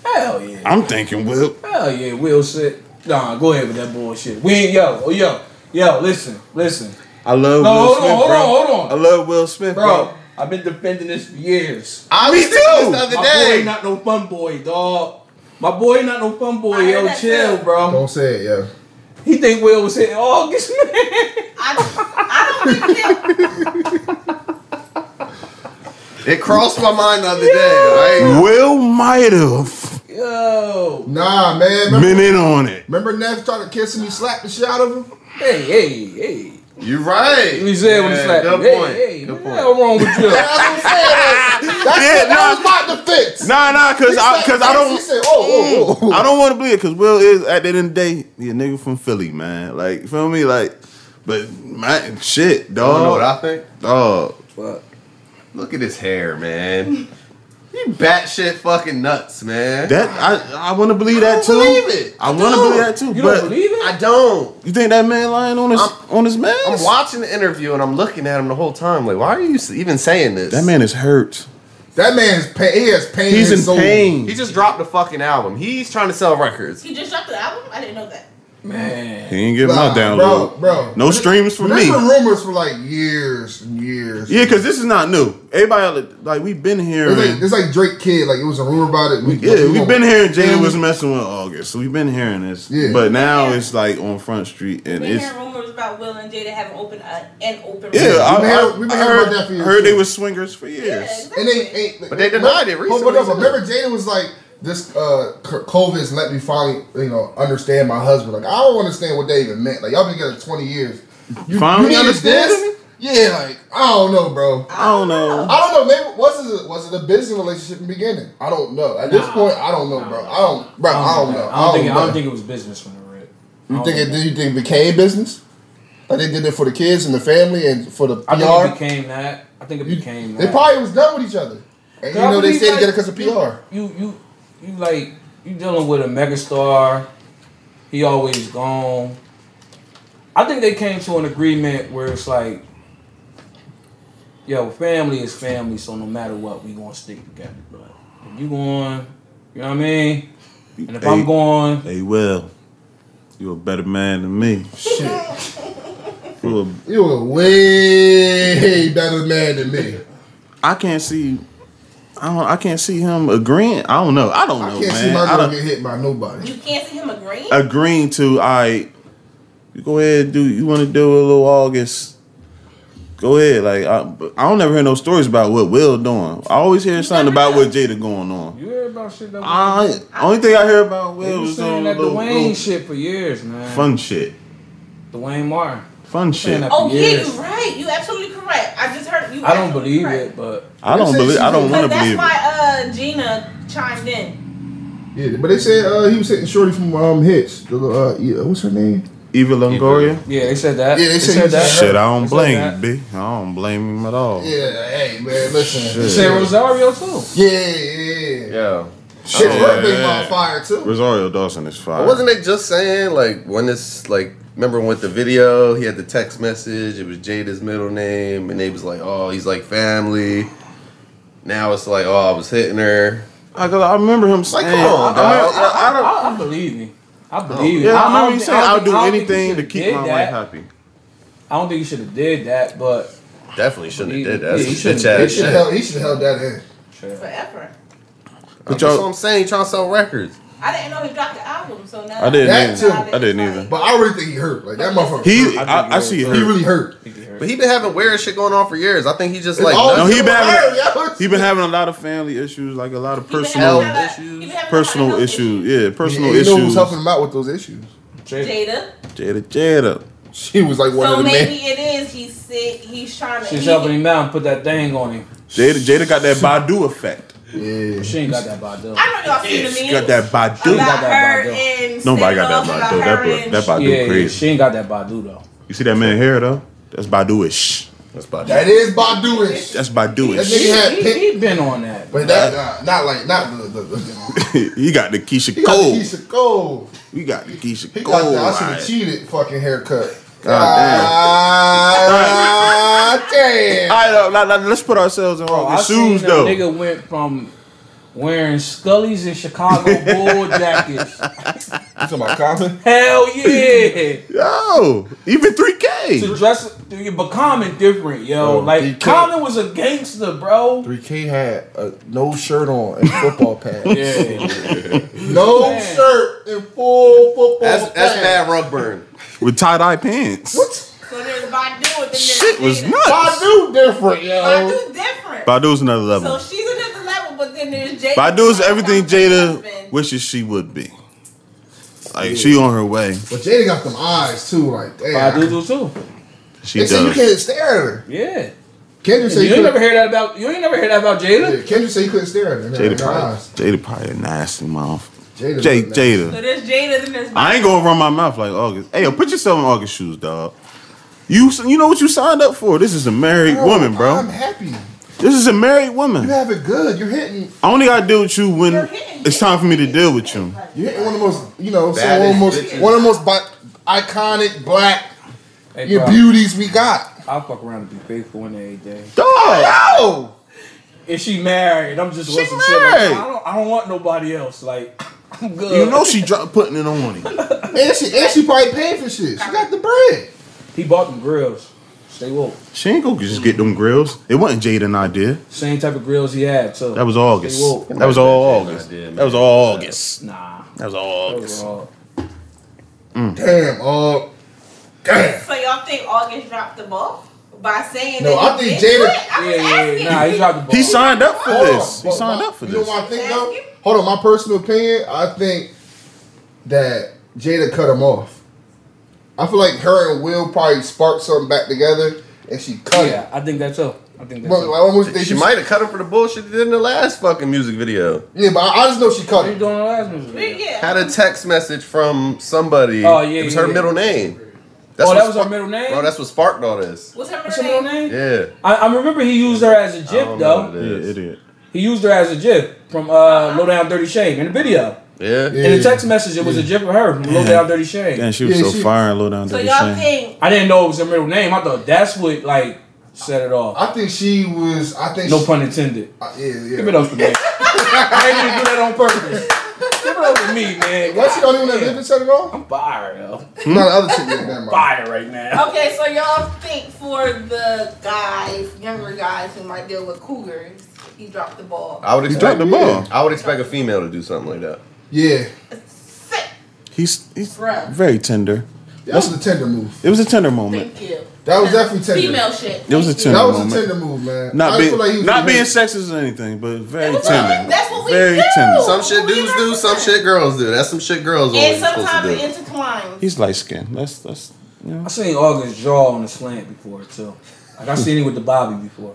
Speaker 5: hell yeah.
Speaker 2: I'm thinking, Will.
Speaker 5: Hell yeah, Will said. Nah, go ahead with that bullshit. We ain't yo, oh yo, yo. Listen, listen,
Speaker 2: I love
Speaker 5: No,
Speaker 2: Will
Speaker 5: hold on,
Speaker 2: Smith,
Speaker 5: hold
Speaker 2: bro.
Speaker 5: on, hold on.
Speaker 2: I love Will Smith, bro.
Speaker 5: bro. I've been defending this for years.
Speaker 3: I was thinking this the
Speaker 5: My
Speaker 3: other
Speaker 5: boy,
Speaker 3: day.
Speaker 5: not no fun boy, dog. My boy, not no fun boy.
Speaker 4: I heard
Speaker 5: Yo,
Speaker 4: that
Speaker 5: chill,
Speaker 4: too.
Speaker 5: bro.
Speaker 1: Don't say it, yeah.
Speaker 5: He think Will was hitting August, [laughs] man.
Speaker 4: I, I don't think that.
Speaker 3: It crossed my mind the other day, right?
Speaker 2: Will might have
Speaker 5: Yo,
Speaker 1: Nah, man. Remember,
Speaker 2: been in on it.
Speaker 1: remember Neff tried to kiss him? You slapped the shit out of him.
Speaker 5: hey, hey, hey.
Speaker 3: You right.
Speaker 5: He said when he
Speaker 3: Yeah,
Speaker 5: slapped
Speaker 3: Good
Speaker 5: him, hey,
Speaker 3: point.
Speaker 5: hey,
Speaker 3: good
Speaker 5: what
Speaker 3: point.
Speaker 5: the hell wrong
Speaker 3: [laughs]
Speaker 5: with you?
Speaker 1: That's what I'm saying. That's
Speaker 2: Yeah,
Speaker 1: that was my defense.
Speaker 2: Nah, nah, cause
Speaker 1: He
Speaker 2: I,
Speaker 1: said-
Speaker 2: cause I
Speaker 1: He
Speaker 2: don't,
Speaker 1: said, "Oh, oh, oh."
Speaker 2: I don't want to believe it, cause Will is at the end of the day, he a nigga from Philly, man. Like, you feel me, like, but man, shit,
Speaker 3: I don't know
Speaker 2: dog,
Speaker 3: what I think.
Speaker 2: dog.
Speaker 5: Fuck.
Speaker 3: Look at his hair, man. He batshit fucking nuts, man.
Speaker 2: That I, I want to believe
Speaker 3: I
Speaker 2: that too.
Speaker 3: don't believe it.
Speaker 2: I
Speaker 3: I
Speaker 2: want to
Speaker 3: don't.
Speaker 2: believe that too.
Speaker 5: You
Speaker 2: but
Speaker 5: don't believe it?
Speaker 3: I don't.
Speaker 2: you think that man lying on his
Speaker 3: I'm-
Speaker 2: on his man?
Speaker 3: I'm watching the interview and I'm looking at him the whole time. Like, why are you even saying this?
Speaker 2: That man is hurt.
Speaker 1: That man's pain. He has pain.
Speaker 2: He's
Speaker 1: his
Speaker 2: in
Speaker 1: soul.
Speaker 2: pain.
Speaker 3: He just dropped a fucking album. He's trying to sell records.
Speaker 4: He just dropped the album. I didn't know that.
Speaker 5: man.
Speaker 2: He ain't getting
Speaker 1: Nah,
Speaker 2: my
Speaker 1: bro,
Speaker 2: download.
Speaker 1: bro.
Speaker 2: No streams for
Speaker 1: There's
Speaker 2: me.
Speaker 1: been rumors for like years and years.
Speaker 2: Yeah, cause this is not new. Everybody like we've been here.
Speaker 1: It's like, it's like Drake Kid. Like it was a rumor about it. We,
Speaker 2: Yeah,
Speaker 1: we-
Speaker 2: we've been hearing Jada
Speaker 3: Mm-hmm.
Speaker 1: Yeah.
Speaker 2: was messing with August. So we've been hearing this.
Speaker 1: Yeah.
Speaker 2: But now it's like on Front Street and
Speaker 4: We
Speaker 2: it's
Speaker 4: hear rumors about Will and Jada having open uh, an open.
Speaker 2: Yeah,
Speaker 4: relationship.
Speaker 2: I,
Speaker 1: been hearing-
Speaker 2: I-
Speaker 1: we've been
Speaker 2: I
Speaker 1: hearing
Speaker 2: heard,
Speaker 1: about that for years,
Speaker 2: heard they
Speaker 1: too.
Speaker 2: were swingers for years.
Speaker 4: Yeah,
Speaker 1: And they ain't.
Speaker 3: But they denied it
Speaker 1: Hold- hold
Speaker 3: recently,
Speaker 1: up,
Speaker 3: too.
Speaker 1: Remember, Jada was like, "This uh, c- COVID has let me finally, you know, understand my husband." Like, I don't understand what they even meant. Like, y'all been together twenty years. You
Speaker 2: Finally
Speaker 1: needed
Speaker 2: understanding
Speaker 1: this? Yeah, like I don't know, bro.
Speaker 2: I don't know.
Speaker 1: I don't know. Maybe was it a, was it a business relationship in the beginning? I don't know. At this point, I don't know, bro. I don't, bro. I don't know.
Speaker 5: Oh, I don't, think, I
Speaker 1: know.
Speaker 5: don't think it was business from the rip.
Speaker 1: You think it? You think it became business? Like they did it for the kids and the family and for the PR.
Speaker 5: I think it became that. I think it
Speaker 1: You-
Speaker 5: became
Speaker 1: They
Speaker 5: that.
Speaker 1: probably was done with each other. And you
Speaker 5: I
Speaker 1: know they
Speaker 5: believe,
Speaker 1: stayed
Speaker 5: like,
Speaker 1: together because of PR.
Speaker 5: You you you like you dealing with a megastar. He always gone. I think they came to an agreement where it's like, yo, family is family, so no matter what, we gonna stick together, bro. If you going, you know what I mean? And if
Speaker 2: Hey.
Speaker 5: I'm going,
Speaker 2: They will. You a better man than me.
Speaker 1: Shit.
Speaker 2: You a-
Speaker 1: You a way better man than me.
Speaker 2: I can't see. I don't. I can't see him agreeing. I don't know. I don't know,
Speaker 1: I can't
Speaker 2: man.
Speaker 1: see my
Speaker 2: I
Speaker 1: girl
Speaker 2: don't,
Speaker 1: get hit by nobody.
Speaker 4: You can't see him agreeing.
Speaker 2: agreeing to I. you go ahead and do. You want to do a little August. Go ahead. Like I, but I don't ever hear no stories about what Will doing. I always hear something
Speaker 4: never
Speaker 2: about
Speaker 4: know.
Speaker 2: what Jada going on.
Speaker 5: you hear about shit that
Speaker 2: I only thing I hear about Will
Speaker 5: was
Speaker 2: is
Speaker 5: saying
Speaker 2: doing
Speaker 5: that
Speaker 2: little,
Speaker 5: Dwayne
Speaker 2: little
Speaker 5: shit for years, man.
Speaker 2: fun shit,
Speaker 5: Dwayne Martin.
Speaker 2: fun shit.
Speaker 5: that-
Speaker 4: Oh yeah,
Speaker 5: Yes.
Speaker 4: you're right. You absolutely correct. I just heard you.
Speaker 5: I don't
Speaker 4: absolutely
Speaker 5: believe
Speaker 4: correct.
Speaker 5: it, but
Speaker 2: I don't believe. I don't
Speaker 1: But
Speaker 2: want
Speaker 4: But
Speaker 2: to
Speaker 4: that's
Speaker 2: believe it.
Speaker 4: why uh, Gina chimed in.
Speaker 1: Yeah, but they said uh, he was hitting Shorty from um, Hits. The little, uh, yeah, what's her name?
Speaker 2: Eva Longoria.
Speaker 5: yeah, they said that.
Speaker 1: Yeah, they said you said
Speaker 2: Shit, I don't
Speaker 5: They said
Speaker 2: blame
Speaker 5: that.
Speaker 2: him, B. I don't blame him at all.
Speaker 1: Yeah, hey man, listen.
Speaker 5: They said Rosario too.
Speaker 1: Yeah, yeah. yeah.
Speaker 3: Yeah.
Speaker 1: Shit,
Speaker 2: Oh, Yeah.
Speaker 1: her big on fire too.
Speaker 2: Rosario Dawson is fire.
Speaker 3: Wasn't it just saying like when this like remember with the video he had the text message it was Jada's middle name and they was like oh he's like family. Now it's like oh I was hitting her.
Speaker 2: I, I remember him
Speaker 3: Like
Speaker 2: saying,
Speaker 3: come on,
Speaker 2: I,
Speaker 3: dog.
Speaker 2: I- I- I don't-
Speaker 5: I, I believe me. I believe
Speaker 2: yeah,
Speaker 5: it.
Speaker 2: I
Speaker 5: don't
Speaker 2: remember you
Speaker 5: thi-
Speaker 2: saying,
Speaker 5: I don't
Speaker 2: I'll
Speaker 5: think-
Speaker 2: do
Speaker 5: I don't think he
Speaker 2: anything to
Speaker 5: should've
Speaker 2: keep
Speaker 5: did
Speaker 2: my
Speaker 5: that.
Speaker 2: wife happy.
Speaker 5: I don't think you should have did that, but
Speaker 3: definitely shouldn't have did
Speaker 5: Yeah,
Speaker 3: that.
Speaker 5: he
Speaker 3: That's
Speaker 5: shouldn't-
Speaker 3: bitch ass
Speaker 1: He should
Speaker 3: shit.
Speaker 1: have held, he should held that in.
Speaker 4: Forever.
Speaker 2: But
Speaker 3: That's
Speaker 2: y'all-
Speaker 3: what I'm saying. He trying to sell records.
Speaker 4: I didn't know he dropped the album, so now
Speaker 2: I didn't
Speaker 1: That
Speaker 2: either.
Speaker 1: too.
Speaker 2: I didn't either.
Speaker 1: But I really think he hurt. Like that motherfucker. hurt.
Speaker 2: He,
Speaker 5: I think
Speaker 2: I, I
Speaker 5: you're
Speaker 2: see
Speaker 1: he
Speaker 2: it.
Speaker 1: really hurt.
Speaker 3: But he been having weird shit going on for years. I think he just
Speaker 1: It's
Speaker 3: like
Speaker 1: all-
Speaker 2: No,
Speaker 3: numb.
Speaker 2: he been having,
Speaker 1: Hey, yo.
Speaker 2: he been having a lot of family issues, like a lot of
Speaker 4: He been having
Speaker 2: personal,
Speaker 4: a lot of-
Speaker 3: issues.
Speaker 4: he been having a lot of
Speaker 2: personal
Speaker 4: health
Speaker 2: issues. Yeah, personal
Speaker 1: you know who
Speaker 2: issues.
Speaker 1: was helping him out with those issues?
Speaker 4: Jada.
Speaker 2: Jada, Jada.
Speaker 1: She was like one
Speaker 4: So
Speaker 1: of the
Speaker 4: maybe
Speaker 1: men.
Speaker 4: it is. He's sick. He's trying to.
Speaker 5: She's
Speaker 4: he-
Speaker 5: helping him out and put that thing on him.
Speaker 2: Jada, Jada got that Badu effect.
Speaker 1: Yeah.
Speaker 5: She ain't got that by though.
Speaker 4: I don't know if y'all seen the
Speaker 2: She
Speaker 4: memes
Speaker 2: got that Badu.
Speaker 5: got
Speaker 4: about her
Speaker 5: that Badu.
Speaker 4: and
Speaker 2: Nobody got that
Speaker 4: Stand Up,
Speaker 2: Badu.
Speaker 4: about
Speaker 2: That,
Speaker 4: her
Speaker 2: bro-
Speaker 4: and-
Speaker 2: that Badu
Speaker 5: Yeah, yeah,
Speaker 2: crazy.
Speaker 5: she ain't got that Badu though.
Speaker 2: You see that man hair though? That's Badu-ish.
Speaker 3: That's about
Speaker 1: That is Badu-ish.
Speaker 2: That's
Speaker 1: That
Speaker 2: Badu-ish.
Speaker 1: nigga had
Speaker 5: He,
Speaker 1: pink-
Speaker 5: he been on that.
Speaker 1: But that nah, not like not the the, the
Speaker 2: [laughs] he got the Keisha
Speaker 1: he got
Speaker 2: Cole.
Speaker 1: the piece of gold.
Speaker 2: We got the Keisha
Speaker 1: He got
Speaker 2: Cole.
Speaker 1: the I should
Speaker 2: line.
Speaker 1: have cheated fucking haircut. Ah,
Speaker 2: God
Speaker 1: God ah, damn.
Speaker 2: All right, uh, now- now let's put ourselves in
Speaker 5: Bro, I
Speaker 2: Hawkins'
Speaker 5: seen
Speaker 2: Oh, shoes
Speaker 5: that
Speaker 2: though.
Speaker 5: nigga went from wearing Scully's
Speaker 2: [laughs]
Speaker 5: and Chicago Bull jackets.
Speaker 1: You talking about Common?
Speaker 5: Hell yeah.
Speaker 2: Yo, even 3K.
Speaker 5: to dress, but Common different, yo.
Speaker 1: Bro,
Speaker 5: like
Speaker 1: he can't-
Speaker 5: Common was a gangster, bro.
Speaker 1: 3K had uh, no shirt on and football pants.
Speaker 2: [laughs]
Speaker 5: Yeah,
Speaker 1: No
Speaker 5: Man.
Speaker 1: shirt and full football
Speaker 3: That's, that's
Speaker 1: pants.
Speaker 3: bad rug burn.
Speaker 2: with tie dye pants.
Speaker 4: So there's Badu and then
Speaker 2: Shit was
Speaker 4: there's Jada.
Speaker 2: nuts.
Speaker 1: Badu different,
Speaker 5: Oh.
Speaker 1: yo.
Speaker 4: Badu different.
Speaker 2: Badu's another
Speaker 4: So
Speaker 2: level.
Speaker 4: she's another level, but then there's Jada.
Speaker 2: Badu's everything Jada
Speaker 4: Husband.
Speaker 2: wishes she would be. Like she on her way.
Speaker 1: But Jada got them eyes too, like damn.
Speaker 5: I do do too.
Speaker 2: She
Speaker 1: They say you
Speaker 2: does.
Speaker 1: can't stare at her.
Speaker 5: Yeah,
Speaker 1: Kendrick
Speaker 5: you
Speaker 1: said you
Speaker 5: ain't never
Speaker 1: couldn't.
Speaker 5: heard that about you ain't never heard that about Jada.
Speaker 1: Yeah, Kendrick said you couldn't stare at her.
Speaker 2: Jada
Speaker 1: Jada,
Speaker 2: probably,
Speaker 1: eyes.
Speaker 2: Jada probably a nasty mouth.
Speaker 1: Jada,
Speaker 2: Jada,
Speaker 1: look nasty.
Speaker 2: Jada.
Speaker 4: So there's Jada, then there's.
Speaker 2: I ain't gonna run my mouth like August. Hey, yo, put yourself in August shoes, dog. You you know what you signed up for? This is a married
Speaker 1: Bro,
Speaker 2: woman, bro.
Speaker 1: I'm happy.
Speaker 2: This is a married
Speaker 1: You
Speaker 2: woman.
Speaker 1: have it good. You're hitting.
Speaker 2: I only gotta deal with you when
Speaker 4: You're hitting
Speaker 2: it's time for me to deal with you.
Speaker 1: You're hitting one of the most, you know, some
Speaker 3: Baddest
Speaker 1: one of the most,
Speaker 3: bitches.
Speaker 1: one of the most bi- iconic black
Speaker 5: Hey,
Speaker 1: your
Speaker 5: bro,
Speaker 1: beauties we got.
Speaker 5: I'll fuck around and be faithful in every day.
Speaker 2: Dog!
Speaker 1: Yo,
Speaker 5: If she married, I'm just
Speaker 2: She
Speaker 5: with some shit. Like,
Speaker 2: married.
Speaker 5: I don't, I don't want nobody else. Like [laughs] I'm good.
Speaker 2: You know she dropped putting it on him.
Speaker 1: and she and she probably paid for shit. She got the bread.
Speaker 5: he bought them grills. Stay woke.
Speaker 2: She ain't gonna just get them grills. It wasn't Jade an idea.
Speaker 5: Same type of grills he had too.
Speaker 2: That was August.
Speaker 5: Stay woke.
Speaker 2: That was all
Speaker 3: Jade's
Speaker 2: August.
Speaker 3: idea, man.
Speaker 2: That was all August.
Speaker 5: Nah.
Speaker 2: That was all August.
Speaker 5: Overall.
Speaker 1: Damn. Uh, damn.
Speaker 4: So y'all think August dropped the ball by saying
Speaker 1: No,
Speaker 4: that?
Speaker 1: I
Speaker 4: he
Speaker 1: think
Speaker 4: did
Speaker 1: Jada-
Speaker 4: quit? I'm
Speaker 5: Yeah,
Speaker 4: just
Speaker 5: yeah,
Speaker 4: asking.
Speaker 5: yeah. Nah, he dropped the ball.
Speaker 2: He signed up for
Speaker 1: Hold on,
Speaker 2: this. He
Speaker 1: but
Speaker 2: signed
Speaker 1: my-
Speaker 2: up for
Speaker 1: You know
Speaker 2: this.
Speaker 1: what I think though? Hold on, my personal opinion. I think that Jada cut him off. I feel like her and Will probably sparked something back together, and she cut him.
Speaker 5: Oh, Yeah, I think that too. I think that
Speaker 1: But I
Speaker 5: too.
Speaker 1: almost think
Speaker 3: She might have cut him for the bullshit he did in the last fucking music video.
Speaker 1: Yeah, but I, I just know she cut
Speaker 5: What are you
Speaker 1: him.
Speaker 5: doing on the last music?
Speaker 4: We-
Speaker 5: video?
Speaker 4: Yeah.
Speaker 3: Had a text message from somebody.
Speaker 5: Oh, yeah,
Speaker 3: It was
Speaker 5: yeah,
Speaker 3: her
Speaker 5: yeah.
Speaker 3: middle name.
Speaker 5: Oh, that
Speaker 3: what
Speaker 5: was her
Speaker 3: spark-
Speaker 5: middle name?
Speaker 3: Bro, that's what sparked all this.
Speaker 4: What's her
Speaker 5: What's her
Speaker 4: middle
Speaker 5: middle
Speaker 4: name?
Speaker 5: name?
Speaker 3: Yeah.
Speaker 5: I, I remember he used her as a
Speaker 3: I
Speaker 5: jip
Speaker 3: don't know what
Speaker 5: though.
Speaker 3: it
Speaker 2: Yeah,
Speaker 3: is.
Speaker 2: idiot.
Speaker 5: He used her as a jip from uh, Low Down Dirty Shame in the video.
Speaker 3: Yeah.
Speaker 1: Yeah.
Speaker 5: In the text message, it was a jip of her from Low Down Dirty Shame.
Speaker 2: Damn, she was
Speaker 1: Yeah,
Speaker 2: so
Speaker 1: she-
Speaker 2: fire and low down
Speaker 4: So
Speaker 2: dirty
Speaker 4: y'all
Speaker 2: shame.
Speaker 4: think
Speaker 5: I didn't know it was her middle name. I thought that's what like set it off.
Speaker 1: I think she was. I think.
Speaker 5: No
Speaker 1: she,
Speaker 5: pun intended.
Speaker 1: uh, yeah, yeah.
Speaker 5: Give it up for
Speaker 1: [laughs]
Speaker 5: me. I didn't even do that on purpose. Give it up for me, man.
Speaker 1: What she don't even have
Speaker 5: Goddamn.
Speaker 1: lips at all?
Speaker 5: I'm fired, yo.
Speaker 1: No, the other chick did that. Mom.
Speaker 5: Fired right now.
Speaker 4: Okay, so y'all think for the guys, younger guys who might deal with cougars, he dropped the ball.
Speaker 3: I would
Speaker 2: He
Speaker 3: expect
Speaker 2: dropped the ball.
Speaker 3: I would expect a female to do something like that.
Speaker 1: Yeah,
Speaker 4: Sick.
Speaker 2: He's he's
Speaker 4: Bruh.
Speaker 2: very tender.
Speaker 1: that was a tender move.
Speaker 2: It was a tender moment.
Speaker 4: Thank you.
Speaker 1: That was definitely tender.
Speaker 4: Female shit.
Speaker 2: It was a
Speaker 4: Thank you.
Speaker 2: tender
Speaker 1: That was
Speaker 2: moment.
Speaker 1: a tender move, man.
Speaker 2: Not
Speaker 1: I
Speaker 2: being
Speaker 1: feel like he was
Speaker 2: not
Speaker 1: being
Speaker 2: being sexist or anything, but very
Speaker 4: That's what we-
Speaker 2: tender.
Speaker 4: that's what we
Speaker 2: very
Speaker 4: do.
Speaker 2: tender.
Speaker 3: Some shit dudes do, some shit girls do. That's some shit girls
Speaker 4: And
Speaker 3: always supposed to
Speaker 4: sometimes it
Speaker 3: do.
Speaker 4: intertwines.
Speaker 2: He's light skinned. That's that's you know.
Speaker 5: I seen August jaw on the slant before too. Like I seen it with the Bobby before.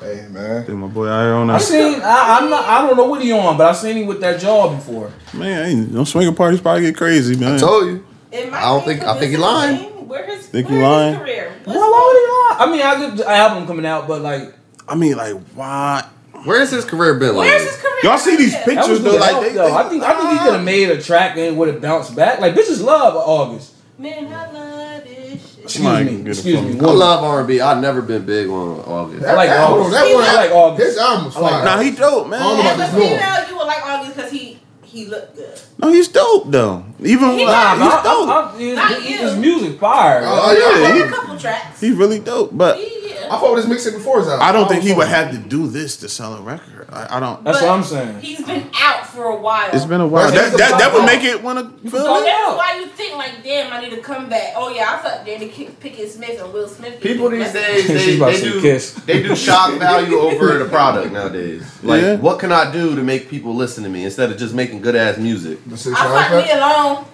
Speaker 1: Hey, man.
Speaker 2: Dude, my boy Iron,
Speaker 5: I
Speaker 2: I,
Speaker 5: seen. I, I'm not. I don't know what he on, but I seen him with that jaw before.
Speaker 2: man, ain't, no swinger parties probably get crazy, man.
Speaker 3: I told you.
Speaker 4: It might
Speaker 3: I don't
Speaker 4: be
Speaker 3: think- I think he
Speaker 4: producing
Speaker 3: lying.
Speaker 4: the game. Where his,
Speaker 2: Think he
Speaker 4: where
Speaker 2: lying?
Speaker 4: his career?
Speaker 5: Why, why would he lie? I mean, I get the album coming out, but like
Speaker 2: I mean, like, why?
Speaker 3: Where's his career been like?
Speaker 4: Where's his career?
Speaker 2: Y'all see these
Speaker 4: Yeah.
Speaker 2: pictures?
Speaker 5: that was
Speaker 2: though,
Speaker 5: good
Speaker 2: like,
Speaker 5: help,
Speaker 2: they-
Speaker 5: though.
Speaker 2: they-
Speaker 5: I think I think he could have made a track and would have bounced back. Like bitches love August.
Speaker 4: Man, I love this shit.
Speaker 5: Excuse
Speaker 2: Mike, get
Speaker 5: me.
Speaker 2: it
Speaker 5: Excuse
Speaker 2: from
Speaker 5: me.
Speaker 2: me.
Speaker 3: I
Speaker 5: woman.
Speaker 3: love R&B. I've never been big on August.
Speaker 1: That,
Speaker 5: like
Speaker 1: that, hold on,
Speaker 5: August.
Speaker 1: that one,
Speaker 4: I
Speaker 5: like August.
Speaker 1: His album was
Speaker 5: I like
Speaker 1: fire.
Speaker 2: Nah, he dope, man.
Speaker 1: I don't know about
Speaker 4: As a
Speaker 1: this one.
Speaker 4: female, you would like August because he he looked good.
Speaker 2: No, he's dope though. Even
Speaker 4: He
Speaker 2: like,
Speaker 5: Nah,
Speaker 2: he's
Speaker 5: but
Speaker 2: dope.
Speaker 5: I, I, I, his,
Speaker 4: Not you.
Speaker 5: his music fire.
Speaker 1: Oh,
Speaker 4: I
Speaker 1: yeah.
Speaker 4: heard
Speaker 1: he-
Speaker 4: a couple tracks.
Speaker 2: he's really dope, but
Speaker 4: Yeah.
Speaker 1: I fought with his mixtape before his album.
Speaker 2: I don't think he would have to do this to sell a record. I, I don't.
Speaker 5: That's
Speaker 4: But
Speaker 5: what I'm saying.
Speaker 4: He's been out for a while.
Speaker 2: It's been a while.
Speaker 1: Right,
Speaker 2: That,
Speaker 1: that's
Speaker 2: that,
Speaker 1: a
Speaker 2: that would
Speaker 1: lot.
Speaker 2: make it want to
Speaker 4: So
Speaker 2: feel it.
Speaker 4: that's why you think like, damn, I need to come back. Oh yeah, I fucked Danny K- Pickett Smith and Will Smith.
Speaker 3: People these
Speaker 2: [laughs]
Speaker 3: days
Speaker 5: She
Speaker 3: they,
Speaker 5: about
Speaker 3: they
Speaker 5: to
Speaker 3: do
Speaker 5: kiss.
Speaker 3: they do shock value [laughs] over the product nowadays. Like,
Speaker 2: Yeah.
Speaker 3: what can I do to make people listen to me instead of just making good ass music?
Speaker 1: The six nine
Speaker 4: I fucked me
Speaker 1: fact.
Speaker 4: alone.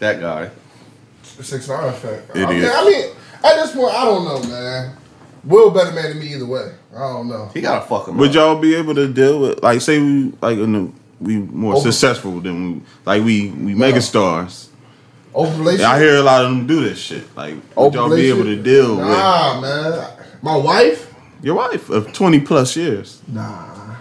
Speaker 3: That guy.
Speaker 1: The six nine fact. I, mean,
Speaker 2: Idiot.
Speaker 1: I mean, at this point, I don't know, man. Will better man than me either way. I don't know.
Speaker 3: He gotta fuck him.
Speaker 2: Would
Speaker 3: up.
Speaker 2: y'all be able to deal with like say we like in the, we more
Speaker 1: Over-
Speaker 2: successful than we like we we mega stars?
Speaker 1: Open relationship.
Speaker 2: I hear a lot of them do this shit. Like would
Speaker 1: Open
Speaker 2: y'all be able
Speaker 1: relationship?
Speaker 2: to deal with
Speaker 1: Nah, man. My wife?
Speaker 2: your wife of twenty plus years?
Speaker 1: Nah.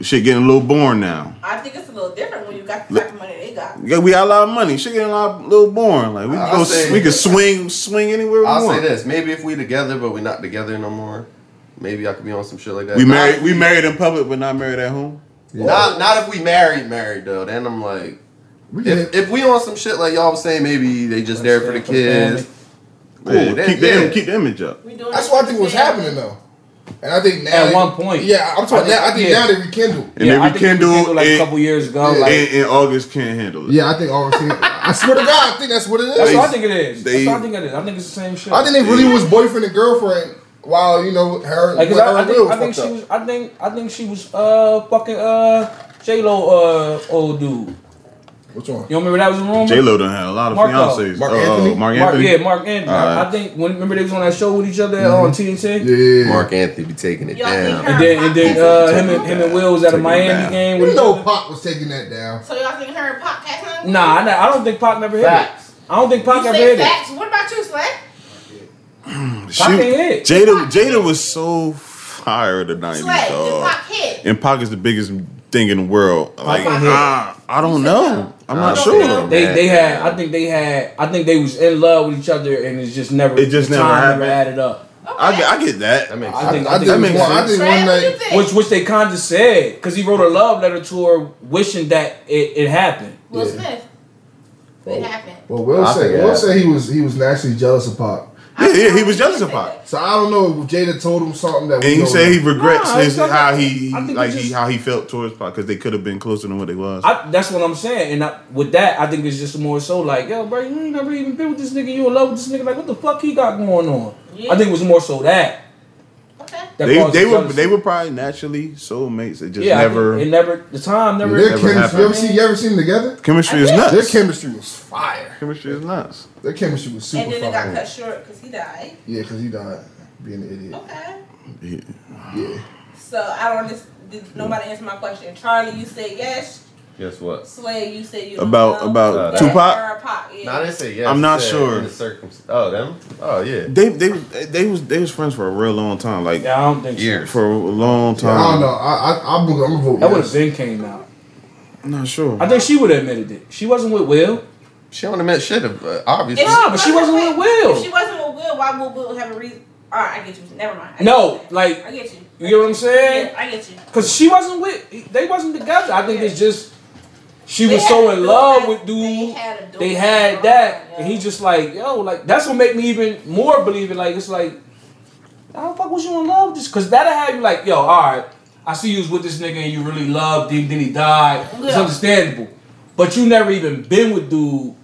Speaker 2: Shit getting a little boring now.
Speaker 4: I think it's a little different when you got the type of money they got.
Speaker 2: Yeah, we got a lot of money. Shit getting a lot a little boring. Like we can
Speaker 3: I'll
Speaker 2: go,
Speaker 3: say-
Speaker 2: we can swing swing anywhere we
Speaker 3: I'll
Speaker 2: want.
Speaker 3: say this: maybe if we together, but we not together no more. Maybe I could be on some shit like that.
Speaker 2: We
Speaker 3: Not-
Speaker 2: married we married in public, but not married at home.
Speaker 3: Not not if we married married though. Then I'm like,
Speaker 1: We
Speaker 3: if,
Speaker 1: did.
Speaker 3: if we on some shit like y'all was saying, maybe they just there for the kids. Cool.
Speaker 2: Yeah,
Speaker 3: then,
Speaker 2: keep the
Speaker 3: yeah.
Speaker 2: im- keep the image up.
Speaker 4: We doing
Speaker 1: That's
Speaker 4: this
Speaker 1: what I
Speaker 4: for
Speaker 1: think was
Speaker 4: the family.
Speaker 1: happening, though. And I think now.
Speaker 5: At one point.
Speaker 1: Yeah, I'm talking
Speaker 5: I think-
Speaker 1: now. I think
Speaker 5: yeah.
Speaker 1: now they rekindled.
Speaker 2: And
Speaker 5: yeah,
Speaker 2: they
Speaker 5: I think
Speaker 2: rekindled
Speaker 5: rekindled like a
Speaker 2: and-
Speaker 5: couple years ago.
Speaker 1: Yeah.
Speaker 5: Like,
Speaker 2: And, and August can't handle it.
Speaker 1: Yeah, I think August. I swear to God, I think that's what it is.
Speaker 5: that's what I think it is.
Speaker 2: they-
Speaker 5: that's what I think it is. I think it's the same shit.
Speaker 1: I think they really was boyfriend and girlfriend while you know her.
Speaker 5: Like, 'cause
Speaker 1: when her
Speaker 5: I, I
Speaker 1: and
Speaker 5: think,
Speaker 1: Will
Speaker 5: I think she
Speaker 1: fucked
Speaker 5: was. I think. I think she was. Uh, fucking. Uh, J Lo. Uh, old dude.
Speaker 1: up. Which one?
Speaker 5: You remember that was a rumor?
Speaker 2: J Lo done had a lot of
Speaker 5: Marco.
Speaker 2: fiancées.
Speaker 1: Mark
Speaker 2: Uh,
Speaker 1: Anthony?
Speaker 2: Mark
Speaker 5: Mark,
Speaker 2: Anthony. Mm-hmm.
Speaker 5: yeah, Mark Anthony. I-
Speaker 2: Alright.
Speaker 5: I think when remember they was on that show with each other on TNT.
Speaker 1: Yeah.
Speaker 3: Mark Anthony be taking it
Speaker 4: Y'all think
Speaker 3: down.
Speaker 4: her-
Speaker 5: And then and then uh, him and him and Will was at a
Speaker 2: Take it
Speaker 5: Miami
Speaker 2: back.
Speaker 5: game with
Speaker 1: You
Speaker 5: each
Speaker 1: know,
Speaker 5: other.
Speaker 1: Pop was taking that down.
Speaker 4: So y'all think her and Pop Pac
Speaker 5: Nah, I, I don't think Pac never hit
Speaker 3: Facts.
Speaker 5: it. I don't think Pac
Speaker 4: You
Speaker 5: ever
Speaker 4: say
Speaker 5: hit it.
Speaker 4: facts. What about you, Slay?
Speaker 2: She,
Speaker 5: Pac ain't hit.
Speaker 2: Jada, Jada was so fire the nineties,
Speaker 4: Slay, did
Speaker 2: dog.
Speaker 4: Pop hit?
Speaker 2: And Pac is the biggest thing in the world. Like,
Speaker 5: ain't hit.
Speaker 2: ah, I don't know. I'm not
Speaker 3: I don't
Speaker 2: sure.
Speaker 4: know.
Speaker 5: They they had I think they had I think they was in love with each other and it's just never
Speaker 2: It just
Speaker 5: the
Speaker 2: never
Speaker 5: time
Speaker 2: happened.
Speaker 5: never added up.
Speaker 2: I, get- I get that.
Speaker 3: That makes
Speaker 5: I
Speaker 1: I, think,
Speaker 5: think- I
Speaker 1: I
Speaker 5: think
Speaker 1: think,
Speaker 5: it
Speaker 1: one, I
Speaker 5: makes
Speaker 1: think
Speaker 4: Oh, Slay,
Speaker 1: one
Speaker 4: what you
Speaker 1: night.
Speaker 4: think?
Speaker 5: Which which they kinda said because he wrote a love letter to her wishing that it, it happened.
Speaker 4: Will
Speaker 1: Yeah.
Speaker 4: Smith. It happened.
Speaker 1: Well, Will
Speaker 3: I
Speaker 1: said
Speaker 3: think it
Speaker 1: Will
Speaker 3: happened.
Speaker 1: said he was he was naturally jealous of Pop.
Speaker 2: Yeah, yeah, he was jealous of Pac.
Speaker 1: So I don't know if Jada told him something that. we
Speaker 2: And he
Speaker 1: don't
Speaker 2: said he
Speaker 1: know.
Speaker 2: regrets
Speaker 5: Nah,
Speaker 2: his,
Speaker 5: it's not-
Speaker 2: how he
Speaker 5: I think
Speaker 2: like
Speaker 5: it's
Speaker 2: he
Speaker 5: just-
Speaker 2: how he felt towards Pac because they could have been closer than what they was.
Speaker 5: I, that's what I'm saying, and I, with that, I think it's just more so like, yo, bro, you ain't never even been with this nigga. You in love with this nigga? Like, what the fuck he got going on?
Speaker 4: Yeah.
Speaker 5: I think it was more so that.
Speaker 4: Okay.
Speaker 5: that
Speaker 2: they
Speaker 5: caused
Speaker 2: they
Speaker 5: the
Speaker 2: were
Speaker 5: jealousy.
Speaker 2: they were probably naturally soulmates. It just
Speaker 5: yeah,
Speaker 2: never
Speaker 5: I think it never the time never.
Speaker 1: Their
Speaker 2: never
Speaker 1: chemistry.
Speaker 2: happened.
Speaker 1: You ever seen you ever seen them together?
Speaker 2: chemistry is
Speaker 4: I think-
Speaker 1: Their
Speaker 2: nuts.
Speaker 1: chemistry was fire.
Speaker 2: Chemistry is nuts.
Speaker 1: Their chemistry was super
Speaker 4: And then it got
Speaker 1: fire.
Speaker 4: cut Oh. short because he died.
Speaker 1: Yeah, because he died being an idiot.
Speaker 4: Okay.
Speaker 2: Yeah.
Speaker 1: Yeah.
Speaker 4: So I don't. Just, did nobody answer my question? Charlie, you said yes.
Speaker 3: Guess what?
Speaker 4: Slay, you said you
Speaker 2: About-
Speaker 4: don't know.
Speaker 2: about
Speaker 4: But
Speaker 2: Tupac?
Speaker 4: her or Pac, yeah.
Speaker 3: Nah, they say yes.
Speaker 2: I'm not
Speaker 3: They said
Speaker 2: sure.
Speaker 3: in The circum- oh, them? Oh, yeah.
Speaker 2: They they they was they was friends for a real long time. Like
Speaker 5: Yeah, I don't think so.
Speaker 3: Years.
Speaker 2: for a long time.
Speaker 1: I don't know. I I I'm, gonna- I'm gonna vote.
Speaker 5: That would have
Speaker 1: yes.
Speaker 5: been came out.
Speaker 2: I'm not sure.
Speaker 5: I think she would have admitted it. She wasn't with Will.
Speaker 3: She don't admit shit, uh, obviously.
Speaker 4: If
Speaker 5: Nah, but she wasn't with Will.
Speaker 4: If she wasn't with Will, why would Will have a reason? All right, I get you. Never mind. I
Speaker 5: No,
Speaker 4: get you.
Speaker 5: like
Speaker 4: I get you.
Speaker 5: you get what I'm
Speaker 4: Yeah,
Speaker 5: saying?
Speaker 4: I get you.
Speaker 5: Cause she wasn't with. They wasn't together. I think it's just she
Speaker 4: They
Speaker 5: was
Speaker 4: had
Speaker 5: so
Speaker 4: a
Speaker 5: in
Speaker 4: dope
Speaker 5: love
Speaker 4: ass-
Speaker 5: with
Speaker 4: They
Speaker 5: dude.
Speaker 4: had, a dope
Speaker 5: they
Speaker 4: ass
Speaker 5: had
Speaker 4: run,
Speaker 5: that,
Speaker 4: yo.
Speaker 5: and he just like, yo, like that's what make me even more believe it. Like it's like, how the fuck was you in love with this? Cause that'll have you like, yo, all right, I see you was with this nigga and you really loved him, then he died. It's
Speaker 4: Yeah.
Speaker 5: understandable, but you never even been with dude,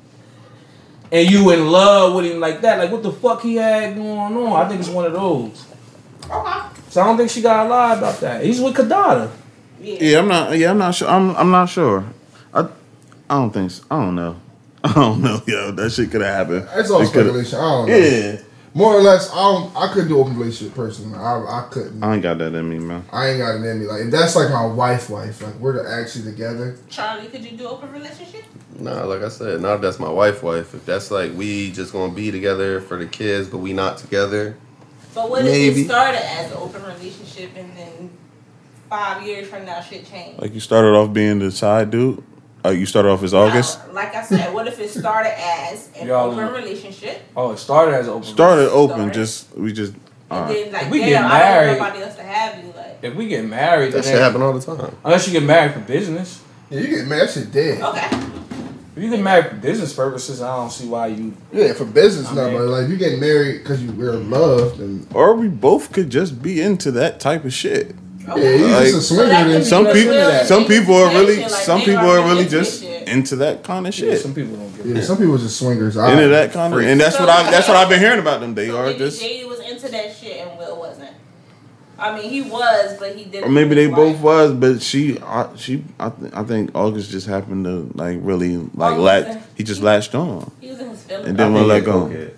Speaker 5: and you in love with him like that. Like what the fuck he had going on? I think it's one of those.
Speaker 4: Okay.
Speaker 5: So I don't think she got a lie about that. He's with Kadada.
Speaker 4: Yeah.
Speaker 2: yeah, I'm not. Yeah, I'm not sure. I'm I'm not sure. I I don't think. So. I don't know. [laughs] I don't know, yo. That shit could have happened.
Speaker 1: That's all
Speaker 2: It coulda-
Speaker 1: speculation. I don't know.
Speaker 2: Yeah,
Speaker 1: More or less, I don't, I couldn't do open relationship personally. I I couldn't.
Speaker 2: I ain't got that in me, man.
Speaker 1: I ain't got it in me. Like if that's like my wife, wife. Like we're actually together.
Speaker 4: Charlie, could you do open relationship?
Speaker 3: Nah, like I said, not if that's my wife, wife. If that's like we just gonna be together for the kids, but we not together.
Speaker 4: But what if
Speaker 3: Maybe.
Speaker 4: you started as an open relationship and then five years from now shit changed?
Speaker 2: Like you started off being the side dude. Uh, you started off as August.
Speaker 4: Now, Uh, like I said, what if it started as an
Speaker 5: Y'all
Speaker 4: open
Speaker 5: know.
Speaker 4: relationship
Speaker 5: Oh, it started as an open.
Speaker 2: Started open.
Speaker 4: Started.
Speaker 2: Just we just. All
Speaker 4: and
Speaker 2: right.
Speaker 4: then like
Speaker 5: We
Speaker 4: damn,
Speaker 5: get
Speaker 4: I
Speaker 5: married.
Speaker 4: don't want nobody else to have you? Like
Speaker 5: If we get married,
Speaker 3: That
Speaker 5: then
Speaker 3: shit happen all the time.
Speaker 5: unless you get married for business.
Speaker 1: Yeah, you get mad. That shit dead.
Speaker 4: okay,
Speaker 5: If you get married for business purposes, I don't see why you.
Speaker 1: Yeah, for business,
Speaker 5: I
Speaker 1: not
Speaker 5: mean-
Speaker 1: but like you get married because you were in love, and
Speaker 2: Or we both could just be into that type of shit.
Speaker 1: yeah, you
Speaker 2: Like-
Speaker 1: just a swinger.
Speaker 4: that could
Speaker 1: then.
Speaker 4: be
Speaker 2: [laughs] Some
Speaker 5: Let's
Speaker 2: people,
Speaker 5: do that.
Speaker 2: some people are really,
Speaker 4: Like,
Speaker 2: some
Speaker 4: they
Speaker 2: people
Speaker 4: are
Speaker 2: are really
Speaker 4: into
Speaker 2: just
Speaker 4: shit.
Speaker 2: into that kind of
Speaker 5: Yeah,
Speaker 2: shit.
Speaker 5: some people don't get
Speaker 1: yeah, some people just swingers. I,
Speaker 2: Into that kind of, and that's what I, that's what I've been hearing about them. They
Speaker 4: So
Speaker 2: are
Speaker 4: maybe
Speaker 2: just,
Speaker 4: Jay was into that shit and Will wasn't. I mean, he was, but he didn't.
Speaker 2: or maybe they
Speaker 4: like-
Speaker 2: both was, but she, I, she, I, th- I think August just happened to like really like
Speaker 5: Oh,
Speaker 2: latch. He just latched on.
Speaker 4: He was in his feelings.
Speaker 2: And then- Don't
Speaker 3: I think
Speaker 2: let
Speaker 3: it's
Speaker 2: go.
Speaker 3: okay.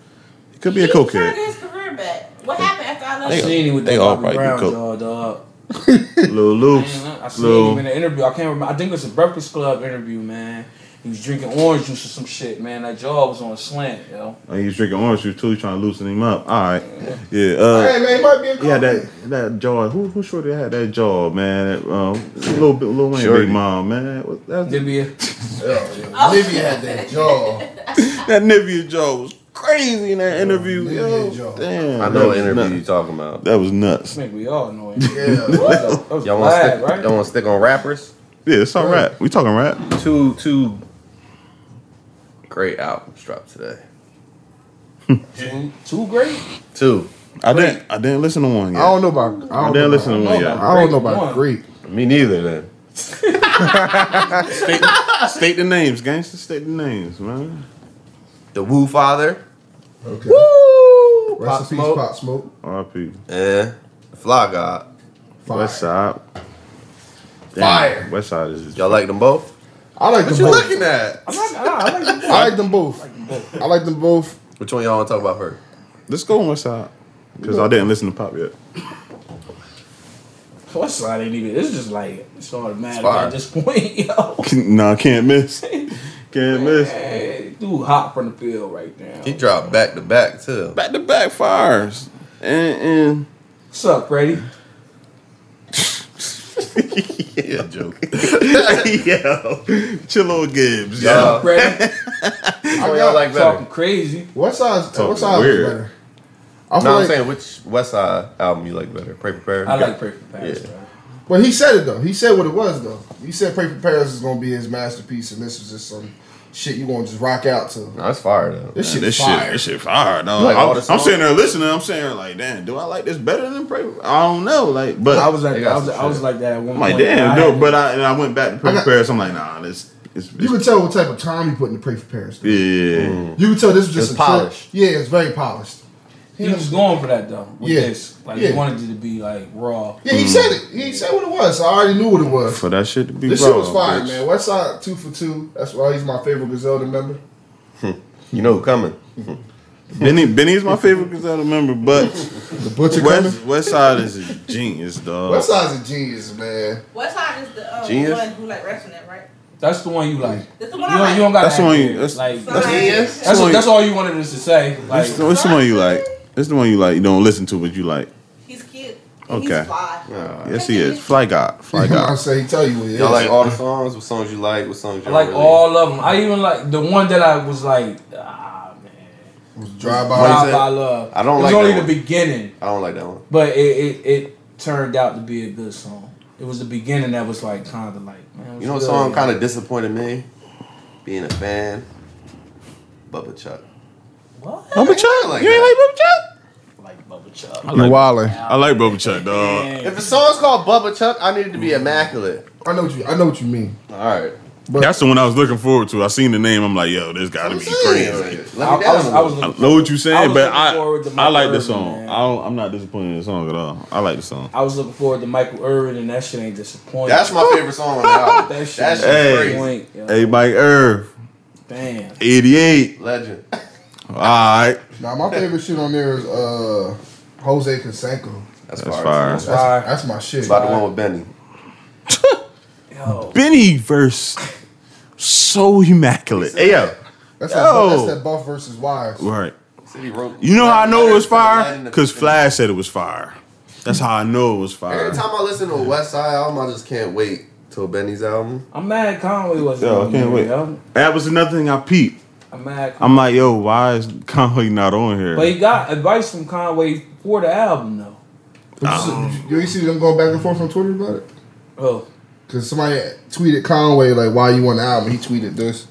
Speaker 2: It could be a
Speaker 4: He was trying to
Speaker 2: cokehead.
Speaker 4: get his career back. What happened after I
Speaker 5: I
Speaker 4: left?
Speaker 5: seen him with
Speaker 2: They
Speaker 5: the
Speaker 2: all
Speaker 5: Bobby
Speaker 2: probably
Speaker 5: Brown
Speaker 2: coke.
Speaker 5: jaw, dog.
Speaker 2: [laughs] Little loops,
Speaker 5: Man, I seen him in
Speaker 2: little.
Speaker 5: an interview. I can't remember. I think it was a Breakfast Club interview, man. He was drinking orange juice or some shit, man. That jaw was on slant, yo.
Speaker 2: Oh, he's drinking orange juice too. He's trying to loosen him up. All right, yeah. Uh,
Speaker 1: Hey man, it might be a
Speaker 2: Yeah,
Speaker 1: couple.
Speaker 2: that that jaw. Who who shorty had that jaw, man? That, um, little bit, little Wayne,
Speaker 3: Shorty.
Speaker 2: big mom, man. What- That, that,
Speaker 5: Dibia.
Speaker 1: Nivea had that jaw.
Speaker 2: Nivea jaw was crazy in that interview.
Speaker 1: Nivea
Speaker 2: Yo,
Speaker 1: jaw.
Speaker 2: damn,
Speaker 3: I
Speaker 2: that
Speaker 3: know what
Speaker 2: was
Speaker 3: interview you
Speaker 2: nuts.
Speaker 3: talking about.
Speaker 2: That was nuts.
Speaker 5: I think we all know him.
Speaker 1: Yeah.
Speaker 5: That was
Speaker 3: Y'all want to
Speaker 5: bad,
Speaker 3: stick?
Speaker 5: right?
Speaker 3: Y'all want to stick on rappers?
Speaker 2: Yeah, it's all
Speaker 1: Right.
Speaker 2: right. We talking rap.
Speaker 3: Two two great albums dropped today.
Speaker 5: Too, too great?
Speaker 3: Two.
Speaker 2: I didn't. I didn't listen to one
Speaker 1: I
Speaker 2: yet.
Speaker 1: don't know about. I
Speaker 2: I
Speaker 1: don't
Speaker 2: didn't
Speaker 1: know
Speaker 2: listen to
Speaker 1: about,
Speaker 2: one
Speaker 5: about
Speaker 2: yet.
Speaker 1: I don't know about
Speaker 5: Oh, One.
Speaker 1: Greek.
Speaker 3: Me neither. Then
Speaker 2: [laughs] State, state the names, gangster. State the names, man.
Speaker 3: the Woo Father.
Speaker 1: Okay.
Speaker 3: Woo.
Speaker 1: Rest
Speaker 3: Pop
Speaker 1: in peace,
Speaker 3: Smoke.
Speaker 1: Pop Smoke.
Speaker 2: R.P.
Speaker 3: And the Fly God.
Speaker 1: Fire.
Speaker 2: West Side. Damn,
Speaker 1: Fire.
Speaker 2: West Side is.
Speaker 3: Y'all like them both?
Speaker 1: I like
Speaker 3: What
Speaker 1: them
Speaker 3: you
Speaker 1: both.
Speaker 3: looking at?
Speaker 5: I'm not, nah, I like
Speaker 1: [laughs]
Speaker 5: the
Speaker 1: I like them both. I like them both.
Speaker 3: Which one y'all want to talk about first?
Speaker 2: Let's go on West Side because I didn't listen to pop yet. [laughs]
Speaker 5: West Side ain't even. It's just like it's automatic
Speaker 3: Fire.
Speaker 5: at this [laughs] point, yo.
Speaker 2: nah, can't miss. [laughs] Can't miss.
Speaker 5: Hey, dude, hot from the field right now.
Speaker 3: He dropped back to back [laughs] too.
Speaker 2: back to back fires. And,
Speaker 5: What's up, Brady?
Speaker 3: Yeah, joke. [laughs]
Speaker 2: and yo, Chillo Gibbs.
Speaker 3: Yeah.
Speaker 2: Yeah.
Speaker 5: What's up, Brady?
Speaker 1: I
Speaker 3: y'all
Speaker 1: got
Speaker 3: like
Speaker 5: Talking
Speaker 3: better?
Speaker 5: crazy.
Speaker 1: What size?
Speaker 2: Talking
Speaker 1: What size
Speaker 2: weird.
Speaker 1: is better? I feel
Speaker 3: No, I'm
Speaker 1: like,
Speaker 3: saying which West Side album you like better? Pray Prepare.
Speaker 5: I like perfect pass,
Speaker 3: Yeah.
Speaker 5: bro.
Speaker 1: but he said it though. He said what it was though. He said "Pray for Paris" is gonna be his masterpiece, and this was just some shit you gonna just rock out to.
Speaker 3: No, it's fire though.
Speaker 1: This shit
Speaker 2: this
Speaker 1: is fire.
Speaker 2: shit, this shit fire. No,
Speaker 3: You like all
Speaker 2: I'm,
Speaker 3: the
Speaker 2: I'm
Speaker 3: songs?
Speaker 2: sitting there listening. I'm sitting there like, damn, do I like this better than Pray? I don't know. Like, but
Speaker 5: I was
Speaker 3: They
Speaker 5: like,
Speaker 3: got
Speaker 5: I was,
Speaker 3: some
Speaker 5: I was
Speaker 3: shit.
Speaker 5: like that at one
Speaker 2: I'm like,
Speaker 5: point.
Speaker 2: damn,
Speaker 5: I
Speaker 2: no.
Speaker 5: had-
Speaker 2: But I and I went back to Pray
Speaker 1: I
Speaker 2: for
Speaker 1: got-
Speaker 2: Paris. I'm like, nah, this, it's,
Speaker 1: You Mm. can
Speaker 2: it's
Speaker 1: tell what type of time he put in the "Pray for Paris." though.
Speaker 2: yeah.
Speaker 1: You can tell this was just
Speaker 3: It's
Speaker 1: a trip.
Speaker 3: polished.
Speaker 1: Yeah, it's very polished.
Speaker 5: he was going for that though. With
Speaker 1: Yeah.
Speaker 5: this, like
Speaker 1: Yeah.
Speaker 5: he wanted it to be like raw.
Speaker 1: Yeah, he said it. He said what it was. I already knew what it was.
Speaker 2: For that shit to be
Speaker 1: This
Speaker 2: raw,
Speaker 1: shit was fire,
Speaker 2: bitch.
Speaker 1: man. Westside two for two. That's why he's my favorite Griselda member.
Speaker 3: You know who coming?
Speaker 2: Benny, Benny is my favorite Griselda member,
Speaker 1: [laughs]
Speaker 2: but
Speaker 1: The Butcher
Speaker 2: West West Side is a genius, dog.
Speaker 1: Westside's a genius, man.
Speaker 4: What's hot is the um,
Speaker 3: Genius.
Speaker 4: one who like wrestling that, right?
Speaker 5: That's the one you like.
Speaker 4: That's the
Speaker 5: You
Speaker 4: one I
Speaker 5: don't,
Speaker 4: like.
Speaker 5: you don't got
Speaker 2: That's
Speaker 5: that
Speaker 2: the one you-
Speaker 5: here.
Speaker 2: that's-
Speaker 5: like.
Speaker 4: That's,
Speaker 5: That's,
Speaker 3: Genius?
Speaker 5: that's,
Speaker 2: one you-
Speaker 5: that's all you wanted us to say. Like,
Speaker 2: What's the, what's the one you like? It's the one you like. You don't listen to, but you like.
Speaker 4: He's cute.
Speaker 2: Okay.
Speaker 4: He's fly.
Speaker 2: Yes, he is. Fly God.
Speaker 1: [laughs]
Speaker 2: Fly
Speaker 1: Like I
Speaker 2: God.
Speaker 1: say, he tell you what it is.
Speaker 3: Y'all like all the songs? What songs you like? What songs
Speaker 5: I
Speaker 3: you
Speaker 5: like
Speaker 3: really?
Speaker 5: all of them. I even like the one that I was like, ah man.
Speaker 1: drive
Speaker 3: Why
Speaker 1: by.
Speaker 3: is
Speaker 5: Drive
Speaker 3: that-
Speaker 5: by love.
Speaker 3: I don't
Speaker 5: It was
Speaker 3: like
Speaker 5: only
Speaker 3: that
Speaker 5: the
Speaker 3: one.
Speaker 5: beginning,
Speaker 3: I don't like that one.
Speaker 5: but it, it it turned out to be a good song. It was the beginning that was like kind of like man.
Speaker 3: You know what song kind of disappointed me? Being a fan, Bubba Chuck.
Speaker 5: what?
Speaker 2: Bubba Chuck.
Speaker 3: Like
Speaker 2: you ain't
Speaker 3: that.
Speaker 2: like Bubba Chuck?
Speaker 5: Like Bubba Chuck.
Speaker 2: I like,
Speaker 1: wildin'.
Speaker 2: I like Bubba Chuck, dog.
Speaker 3: If the song's called Bubba Chuck, I need it to be immaculate.
Speaker 1: I know what you. I know what you mean.
Speaker 3: All right.
Speaker 1: But-
Speaker 2: That's the one I was looking forward to. I seen the name. I'm like, yo, this gotta
Speaker 3: I'm
Speaker 2: be
Speaker 3: saying,
Speaker 2: crazy.
Speaker 3: like,
Speaker 5: I,
Speaker 3: Let me
Speaker 5: I was,
Speaker 3: down.
Speaker 5: I was
Speaker 2: I
Speaker 5: looking.
Speaker 2: know what you're
Speaker 5: I
Speaker 2: saying,
Speaker 5: was
Speaker 2: but
Speaker 5: looking forward to
Speaker 2: I I
Speaker 5: Mike
Speaker 2: like the
Speaker 5: Irvin,
Speaker 2: song.
Speaker 5: man.
Speaker 2: I don't, I'm not disappointed in the song at all. I like the song.
Speaker 5: I was looking forward to Michael Irvin, and that shit ain't disappointing.
Speaker 3: That's my favorite song on the album. [laughs]
Speaker 5: that
Speaker 3: That
Speaker 5: shit.
Speaker 3: shit's
Speaker 2: Hey.
Speaker 3: crazy.
Speaker 5: Point, yo.
Speaker 2: Hey, Mike Irv,
Speaker 5: Damn.
Speaker 2: 88.
Speaker 3: Legend.
Speaker 2: All right,
Speaker 1: Now my favorite shit on there is uh Jose Canseco.
Speaker 3: That's,
Speaker 2: that's
Speaker 3: fire.
Speaker 2: fire.
Speaker 1: That's,
Speaker 5: Fire.
Speaker 1: that's my shit.
Speaker 3: It's about the one with Benny.
Speaker 5: Yo.
Speaker 2: Benny verse, so immaculate. Hey yo,
Speaker 1: That's, that, buff-
Speaker 2: Yo.
Speaker 1: that's that Buff versus Wires.
Speaker 2: right.
Speaker 3: Said he wrote-
Speaker 2: You know how I know it was
Speaker 3: Light
Speaker 2: fire?
Speaker 3: in the-
Speaker 2: Because Flash said it was fire. That's how I know it was fire.
Speaker 3: Every time I listen to a West Side album, I just can't wait till Benny's album.
Speaker 5: I'm mad Conway wasn't
Speaker 2: Yo, I can't
Speaker 5: on there,
Speaker 2: wait.
Speaker 5: yo.
Speaker 2: That was another thing I peeped.
Speaker 5: I'm mad. Conway.
Speaker 2: I'm like, yo, why is Conway not on here?
Speaker 5: but he got advice from Conway for the album though.
Speaker 1: Did you, see, did you- you see them going back and forth on Twitter about it?
Speaker 5: Oh,
Speaker 1: Cause somebody tweeted Conway like, "Why you on the album?" He tweeted this.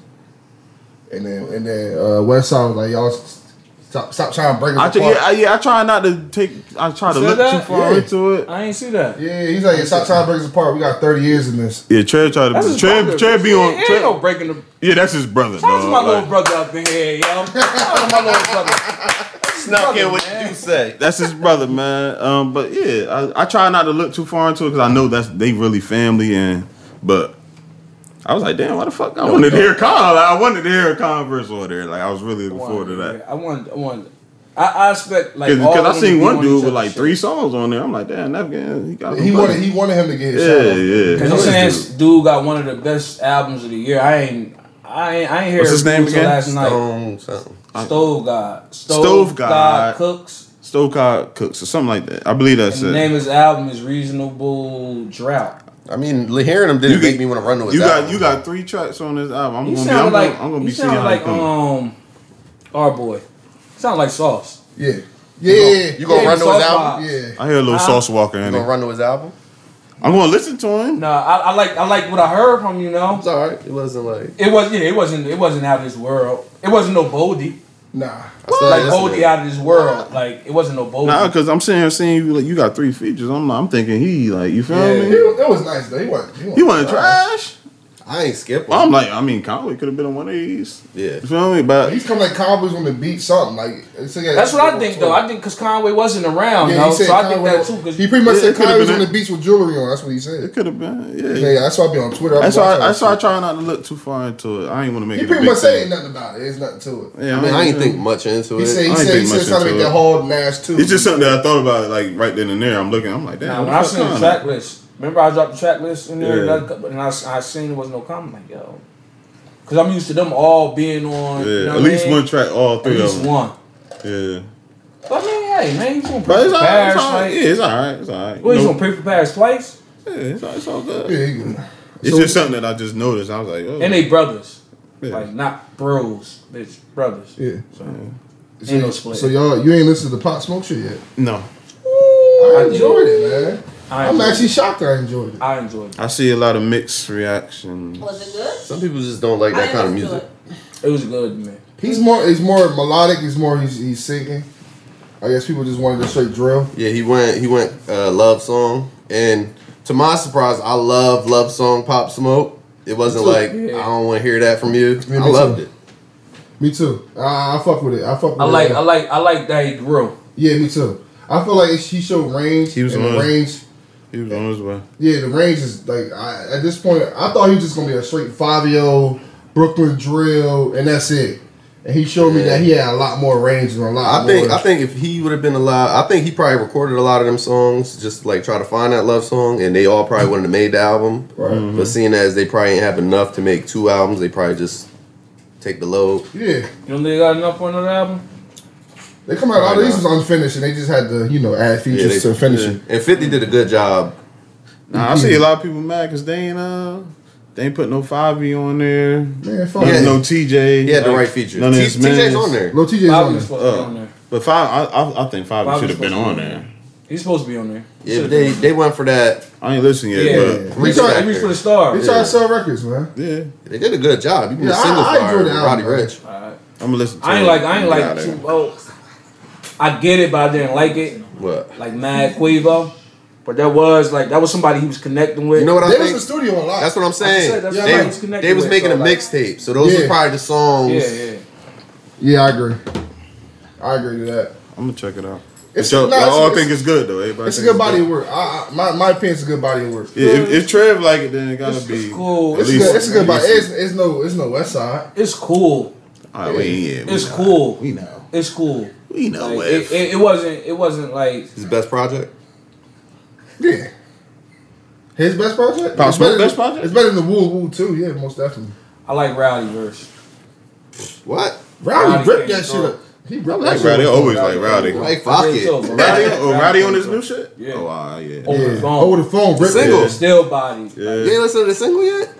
Speaker 1: And then and then uh, West Side was like, y'all s- stop stop trying to break us
Speaker 2: I try,
Speaker 1: apart.
Speaker 2: yeah, I, yeah, I try not to take. I try to
Speaker 5: Said
Speaker 2: look
Speaker 5: that?
Speaker 2: too far
Speaker 1: Yeah.
Speaker 2: into it.
Speaker 5: I ain't see that.
Speaker 1: yeah, he's like, stop trying to break us apart. We got thirty years in this.
Speaker 2: Yeah, Trev tried to.
Speaker 5: That's his
Speaker 2: Trev,
Speaker 5: brother.
Speaker 2: Trev be on.
Speaker 5: Ain't
Speaker 2: Trev-
Speaker 5: no breaking the.
Speaker 2: yeah, that's his brother.
Speaker 5: Shout out to
Speaker 2: dog,
Speaker 5: my little
Speaker 2: like,
Speaker 5: brother up in here, yo. Shout out to my little
Speaker 3: [laughs]
Speaker 5: brother.
Speaker 3: Snuck in what
Speaker 5: man.
Speaker 3: you say.
Speaker 2: That's his brother, man. Um, but yeah, I, I try not to look too far into it because I know that's they really family and. But I was like, damn, why the fuck? I wanted to hear a con. I wanted to hear a converse on there. Like I was really looking forward to that.
Speaker 5: Yeah, I want. I want. I, I expect like all
Speaker 2: Because
Speaker 5: of
Speaker 2: I
Speaker 5: them
Speaker 2: seen
Speaker 5: to be
Speaker 2: one
Speaker 5: on
Speaker 2: dude
Speaker 5: each
Speaker 2: with
Speaker 5: other's
Speaker 2: like
Speaker 5: shit.
Speaker 2: three songs on there. I'm like, damn, that guy, he got.
Speaker 1: He
Speaker 2: some
Speaker 1: wanted
Speaker 2: money.
Speaker 1: he wanted him to get his shot. off.
Speaker 2: Yeah, yeah.
Speaker 5: Cause I'm
Speaker 1: Who is
Speaker 5: saying this dude got one of the best albums of the year. I ain't, I ain't, I ain't hear
Speaker 2: What's his name
Speaker 5: until
Speaker 2: again?
Speaker 5: Last night,
Speaker 3: Um, something.
Speaker 5: Stove God, Stove,
Speaker 2: Stove
Speaker 5: God.
Speaker 2: God.
Speaker 5: Cooks.
Speaker 2: Stovecock Cooks or something like that. I believe that's
Speaker 5: And the
Speaker 2: it.
Speaker 5: name of his album is Reasonable Drought.
Speaker 3: I mean, hearing him didn't
Speaker 2: You
Speaker 3: make
Speaker 2: got-
Speaker 3: me want to run to his
Speaker 2: You got
Speaker 3: album.
Speaker 2: you got three tracks on this album. I'm
Speaker 5: He
Speaker 2: gonna be I'm
Speaker 5: sounded
Speaker 2: gonna,
Speaker 5: like,
Speaker 2: I'm gonna be
Speaker 5: he
Speaker 2: seeing how
Speaker 5: sounded
Speaker 2: like,
Speaker 5: like um, our boy. Sound like Sauce.
Speaker 1: Yeah. Yeah.
Speaker 3: You gonna
Speaker 5: Yeah,
Speaker 3: run to
Speaker 5: Sauce
Speaker 3: his album?
Speaker 5: Bob.
Speaker 1: yeah.
Speaker 2: I hear a little
Speaker 5: Huh?
Speaker 2: Sauce Walker
Speaker 3: You
Speaker 2: in
Speaker 3: gonna
Speaker 2: it.
Speaker 3: run to his album?
Speaker 2: I'm gonna listen to him.
Speaker 5: No, I, I like, I like what I heard from you know.
Speaker 3: It's all right. It wasn't like
Speaker 5: It was, yeah, it wasn't, it wasn't out of this world. It wasn't no Boldy,
Speaker 1: Nah.
Speaker 3: I still
Speaker 5: like
Speaker 3: listen to
Speaker 5: Boldy
Speaker 3: it.
Speaker 5: out of this world. Like it wasn't no Boldy.
Speaker 2: Nah, cause I'm saying seeing you like you got three features. I'm I'm thinking he like you feel
Speaker 5: Yeah.
Speaker 1: He,
Speaker 2: me.
Speaker 1: it was nice though. He wasn't. He wasn't,
Speaker 2: He wasn't trash.
Speaker 3: I ain't skipping.
Speaker 2: I'm like I mean Conway could have been on one of these.
Speaker 3: Yeah.
Speaker 2: You feel me? But
Speaker 1: He's coming like Cowboys when they beat something. Like it's like-
Speaker 5: That's what I think though. I think because Conway wasn't around,
Speaker 1: Yeah,
Speaker 5: though,
Speaker 1: he said
Speaker 5: so I think
Speaker 1: Conway
Speaker 5: that
Speaker 1: was-
Speaker 5: too. Cause
Speaker 1: He pretty much
Speaker 2: Yeah,
Speaker 1: said
Speaker 2: it could've
Speaker 1: Kyrie was
Speaker 2: been
Speaker 1: on the
Speaker 2: it.
Speaker 1: beach with jewelry on. That's what he said.
Speaker 2: it could have been yeah.
Speaker 1: Yeah, that's why I be on Twitter. I be
Speaker 2: That's why
Speaker 1: watching
Speaker 2: I,
Speaker 1: that
Speaker 2: that's why I
Speaker 1: shit.
Speaker 2: try not to look too far into it. I ain't want to make
Speaker 1: He
Speaker 2: it. a
Speaker 1: pretty
Speaker 2: big
Speaker 1: much said
Speaker 2: thing.
Speaker 1: ain't nothing about it. There's nothing to it.
Speaker 2: Yeah,
Speaker 3: I mean, I ain't
Speaker 2: yeah.
Speaker 3: think much into
Speaker 1: He
Speaker 3: it.
Speaker 1: said
Speaker 2: I
Speaker 1: he
Speaker 2: ain't
Speaker 1: said he
Speaker 2: think
Speaker 1: said
Speaker 2: much
Speaker 1: it's trying to
Speaker 2: into
Speaker 1: make that
Speaker 2: it.
Speaker 1: hard Nash too.
Speaker 2: It's just something that I thought about like right then and there. I'm looking. I'm like, damn.
Speaker 5: Now,
Speaker 2: what
Speaker 5: when
Speaker 2: the
Speaker 5: I
Speaker 2: fuck
Speaker 5: seen the
Speaker 2: Conway?
Speaker 5: track list, remember I dropped the track list in there,
Speaker 2: Yeah.
Speaker 5: and I- and I, I seen there was no comment. Like yo, because I'm used to them all being on.
Speaker 2: Yeah,
Speaker 5: you know
Speaker 2: at
Speaker 5: what I
Speaker 2: least
Speaker 5: mean?
Speaker 2: one track, all
Speaker 5: At
Speaker 2: three of
Speaker 5: least
Speaker 2: them.
Speaker 5: one.
Speaker 2: Yeah.
Speaker 5: But I mean, hey man, you gonna
Speaker 2: But
Speaker 5: pay
Speaker 2: it's
Speaker 5: for
Speaker 2: all right. It's
Speaker 5: Paris?
Speaker 2: all right.
Speaker 5: Like,
Speaker 2: Yeah, it's all right. It's all right.
Speaker 5: What you
Speaker 2: No-
Speaker 5: gonna pay for Paris twice?
Speaker 2: yeah, it's, all, it's all good.
Speaker 1: yeah, he good.
Speaker 2: It's
Speaker 1: So-
Speaker 2: just something that I just noticed. I was like, oh.
Speaker 5: And they brothers,
Speaker 2: Yeah.
Speaker 5: like not bros, bitch, brothers.
Speaker 1: Yeah.
Speaker 5: So,
Speaker 1: So,
Speaker 5: ain't no split.
Speaker 1: so y'all, you ain't listened to Pop Smoke shit yet.
Speaker 2: no.
Speaker 1: I
Speaker 5: I
Speaker 1: enjoyed it, man.
Speaker 5: I
Speaker 1: I'm
Speaker 5: enjoyed,
Speaker 1: actually shocked. I enjoyed it.
Speaker 5: I enjoyed it.
Speaker 2: I see a lot of mixed reaction.
Speaker 4: Was it good?
Speaker 3: Some people just don't like that
Speaker 4: I
Speaker 3: kind of
Speaker 4: didn't
Speaker 3: music.
Speaker 4: feel it.
Speaker 5: It was good, man.
Speaker 1: He's more, he's more melodic. He's more, he's, he's singing. I guess people just wanted to straight drill.
Speaker 3: Yeah, he went. He went uh, love song, and to my surprise, I love love song Pop Smoke. It wasn't
Speaker 1: Me too.
Speaker 3: like
Speaker 5: Yeah.
Speaker 3: I don't want to hear that from [laughs] you.
Speaker 1: Yeah,
Speaker 3: I
Speaker 1: me
Speaker 3: loved
Speaker 1: too.
Speaker 3: it.
Speaker 1: Me too. I, I fuck with it. I fuck with
Speaker 5: I like,
Speaker 1: it.
Speaker 5: I like, I like that he grew.
Speaker 1: Yeah, me too. I feel like he showed range.
Speaker 2: He was
Speaker 1: and
Speaker 2: on
Speaker 1: the
Speaker 2: it.
Speaker 1: range.
Speaker 2: He was on his way.
Speaker 1: Yeah, the range is like I, at this point, I thought he was just gonna be a straight five year old Brooklyn drill, and that's it. And he showed me that he had a lot more range and a lot.
Speaker 3: I think.
Speaker 1: more-
Speaker 3: I think if he would have been alive, I think he probably recorded a lot of them songs. Just like try to find that love song, and they all probably wouldn't have made the album.
Speaker 1: Right.
Speaker 3: But seeing as they probably ain't have enough to make two albums, they probably just take the load.
Speaker 2: Mm-hmm.
Speaker 1: Yeah,
Speaker 5: You don't think they got enough on that album?
Speaker 1: they come out. A lot of
Speaker 3: Right
Speaker 1: these was
Speaker 3: now.
Speaker 1: unfinished, and they just had to you know add
Speaker 3: Yeah,
Speaker 1: features
Speaker 3: they,
Speaker 1: to finish
Speaker 3: yeah.
Speaker 1: it.
Speaker 3: And Fifty did a good job.
Speaker 2: Nah, I see a lot of people mad because they ain't uh they ain't put no Favi on there.
Speaker 1: Man, fuck
Speaker 2: He had
Speaker 1: it.
Speaker 2: no TJ.
Speaker 3: He had the
Speaker 2: Like,
Speaker 3: right features.
Speaker 2: None of
Speaker 3: T-
Speaker 2: his mans.
Speaker 3: TJ's on there.
Speaker 1: Lil TJ's on
Speaker 5: Bobby was
Speaker 1: there.
Speaker 5: supposed to be on
Speaker 2: Uh,
Speaker 5: there.
Speaker 2: but Favi, I, I, I think Favi
Speaker 5: Favi
Speaker 2: should have been
Speaker 5: supposed
Speaker 2: on
Speaker 5: to be on
Speaker 2: there.
Speaker 5: He's supposed to be on there.
Speaker 3: Yeah, but they they went for that.
Speaker 2: I ain't listened yet,
Speaker 5: yeah,
Speaker 1: but-
Speaker 5: he
Speaker 1: Reach
Speaker 5: tried
Speaker 3: back
Speaker 5: to reach
Speaker 3: there.
Speaker 5: for the stars.
Speaker 1: They try to sell records, man.
Speaker 2: but yeah,
Speaker 3: They did a good job. You can
Speaker 1: Yeah,
Speaker 3: yeah,
Speaker 1: I-
Speaker 3: single
Speaker 1: I
Speaker 3: fire
Speaker 1: enjoyed the
Speaker 3: with Roddy
Speaker 1: album, man.
Speaker 3: Rich.
Speaker 5: Alright.
Speaker 2: I'm gonna listen. to
Speaker 5: I ain't
Speaker 2: it
Speaker 5: like I ain't
Speaker 2: when get out
Speaker 5: like
Speaker 2: of
Speaker 5: too
Speaker 2: there.
Speaker 5: oh I get it but I didn't like it.
Speaker 3: What?
Speaker 5: Like Mad Quavo. But that was like that was somebody he was connecting with.
Speaker 3: You know what I
Speaker 1: They was in
Speaker 3: think?
Speaker 1: the studio a lot.
Speaker 3: that's what I'm
Speaker 5: I
Speaker 3: saying.
Speaker 5: said, that's
Speaker 1: Yeah. They-
Speaker 5: somebody he was connecting
Speaker 3: they was
Speaker 5: with,
Speaker 3: making a
Speaker 5: so, like-
Speaker 3: mixtape, so those
Speaker 1: Yeah.
Speaker 3: were probably the songs.
Speaker 5: Yeah, yeah.
Speaker 1: yeah, I agree. I agree with that.
Speaker 2: I'm gonna check it out.
Speaker 1: It's-
Speaker 2: It's y'all,
Speaker 1: nah,
Speaker 2: y'all
Speaker 1: it's-
Speaker 2: all
Speaker 1: it's-
Speaker 2: think it's good though. Everybody
Speaker 1: It's a
Speaker 2: think
Speaker 1: good body of work. I, I, my my opinion's a good body of work.
Speaker 2: Yeah, if, if Trev like it, then it gotta
Speaker 5: It's-
Speaker 2: be
Speaker 5: it's cool.
Speaker 2: At
Speaker 1: It's,
Speaker 2: least,
Speaker 1: good, it's a good
Speaker 2: at
Speaker 1: body.
Speaker 2: least-
Speaker 1: It's, it's no it's no West Side.
Speaker 5: It's cool.
Speaker 2: All right, we, yeah, we
Speaker 5: It's
Speaker 2: know.
Speaker 5: cool.
Speaker 2: We know.
Speaker 5: It's cool.
Speaker 2: We know
Speaker 5: Like,
Speaker 2: if-
Speaker 5: it, it, it wasn't it wasn't like
Speaker 3: His best project.
Speaker 1: Yeah. His best project?
Speaker 2: Pop
Speaker 1: It's
Speaker 2: Smoke
Speaker 1: better
Speaker 2: best
Speaker 1: than-
Speaker 2: project?
Speaker 1: It's better than the Woo Woo too, yeah, most definitely.
Speaker 5: I like Rowdy verse.
Speaker 3: What?
Speaker 1: Rowdy
Speaker 5: Rowdy
Speaker 1: ripped
Speaker 5: came
Speaker 1: that shit
Speaker 5: through.
Speaker 1: up. He ripped
Speaker 2: Like
Speaker 1: that shit
Speaker 2: Rowdy,
Speaker 1: up.
Speaker 2: always like Rowdy.
Speaker 3: Like fuck
Speaker 5: It's
Speaker 3: it.
Speaker 5: over.
Speaker 2: Rowdy, oh Rowdy on his new shit.
Speaker 5: Yeah.
Speaker 2: Oh, wow, yeah.
Speaker 5: Oh,
Speaker 1: Yeah.
Speaker 5: Over the phone.
Speaker 1: Over the phone, ripped
Speaker 3: Single.
Speaker 1: that.
Speaker 5: Still body.
Speaker 3: You ain't listen to the single yet?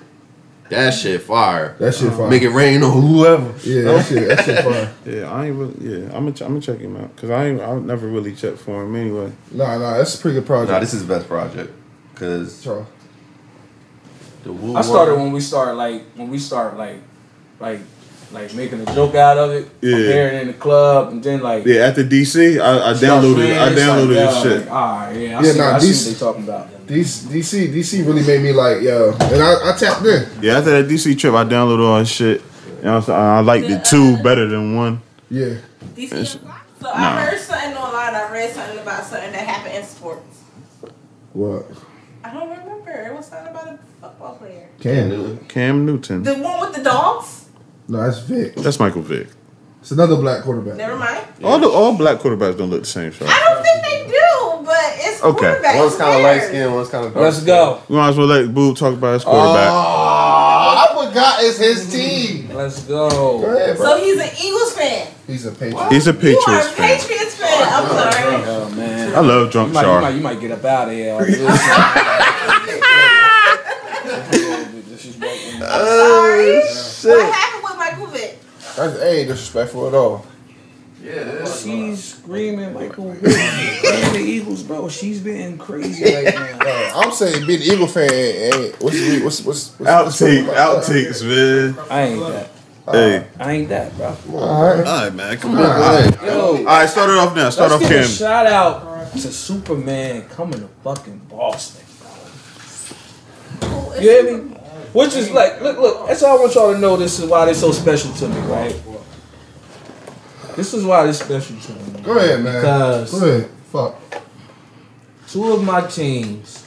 Speaker 3: That shit fire.
Speaker 1: That shit fire.
Speaker 3: Make it rain on whoever.
Speaker 1: yeah, that shit, that shit fire.
Speaker 2: Yeah, I ain't really. Yeah, I'm gonna ch- I'm gonna check him out because I ain't I never really checked for him anyway.
Speaker 1: Nah, nah, that's a pretty good project.
Speaker 3: Nah, this is his best project. Cause
Speaker 1: Charles.
Speaker 3: the Woo
Speaker 5: I started when we started like when we started like like like making a joke out of it,
Speaker 2: Yeah.
Speaker 5: appearing in the club, and then like
Speaker 2: Yeah, after DC, I, I downloaded I
Speaker 5: It's like,
Speaker 2: downloaded
Speaker 5: yeah,
Speaker 2: this shit.
Speaker 5: Like, ah, yeah, I,
Speaker 1: Yeah,
Speaker 5: see,
Speaker 1: nah,
Speaker 5: I see
Speaker 1: these-
Speaker 5: what they talking about.
Speaker 1: DC, DC, DC really made me like, yo, and I, I tapped in.
Speaker 2: Yeah, after that DC trip, I downloaded all that shit. You know, what I'm saying? I liked it two better than one.
Speaker 1: Yeah,
Speaker 4: These
Speaker 2: It's-
Speaker 4: kids- so I heard something online. I read something about something that happened in sports.
Speaker 1: what?
Speaker 4: I don't remember. It was something about a football player.
Speaker 1: Cam?
Speaker 2: Cam Newton.
Speaker 4: The one with the dogs.
Speaker 1: No, that's Vic.
Speaker 2: That's Michael Vick.
Speaker 1: It's another black quarterback.
Speaker 4: Never mind.
Speaker 2: All the all black quarterbacks don't look the same. So
Speaker 4: I don't think they do, but it's
Speaker 2: Okay.
Speaker 4: quarterback.
Speaker 3: One's kind of light
Speaker 4: skin.
Speaker 3: skinned, one's kind of dark.
Speaker 5: Let's go.
Speaker 2: we might as well let Boo talk about his
Speaker 1: Oh,
Speaker 2: quarterback.
Speaker 1: I forgot it's his team.
Speaker 5: Let's go.
Speaker 1: Go ahead, bro.
Speaker 4: So he's an Eagles fan.
Speaker 1: He's a
Speaker 4: What?
Speaker 1: patriot.
Speaker 2: He's a
Speaker 4: You are
Speaker 2: Patriots
Speaker 4: a
Speaker 2: fan.
Speaker 4: Patriots fan. I'm sorry.
Speaker 5: Oh man.
Speaker 2: I love drunk
Speaker 5: You might, you, might,
Speaker 2: Char.
Speaker 5: you might get up out of here.
Speaker 1: [laughs]
Speaker 5: Like, listen. Disrespectful.
Speaker 4: Sorry. What happened with Michael Vick?
Speaker 1: That's ain't disrespectful at all.
Speaker 5: She's screaming Michael Vick and the Eagles, bro. She's being crazy right now.
Speaker 1: Uh, I'm saying being an Eagle fan ain't. What's what's what's, what's
Speaker 2: Outtake,
Speaker 1: what's-
Speaker 2: outtakes, man.
Speaker 5: I ain't that.
Speaker 2: Hey,
Speaker 5: I ain't that, bro.
Speaker 1: All right.
Speaker 2: all right, man, come
Speaker 1: All right.
Speaker 5: Yo,
Speaker 2: All right, start it off now. Start
Speaker 5: let's
Speaker 2: off
Speaker 5: give a
Speaker 2: Cam.
Speaker 5: shout out to Superman coming to fucking Boston.
Speaker 4: Who is
Speaker 5: You hear me? Which is like, look, look. That's all I want y'all to know. This is why they're so special to me, right? This is why they're special to me.
Speaker 1: Go ahead, man.
Speaker 5: Because-
Speaker 1: Go ahead. Fuck.
Speaker 5: Two of my teams.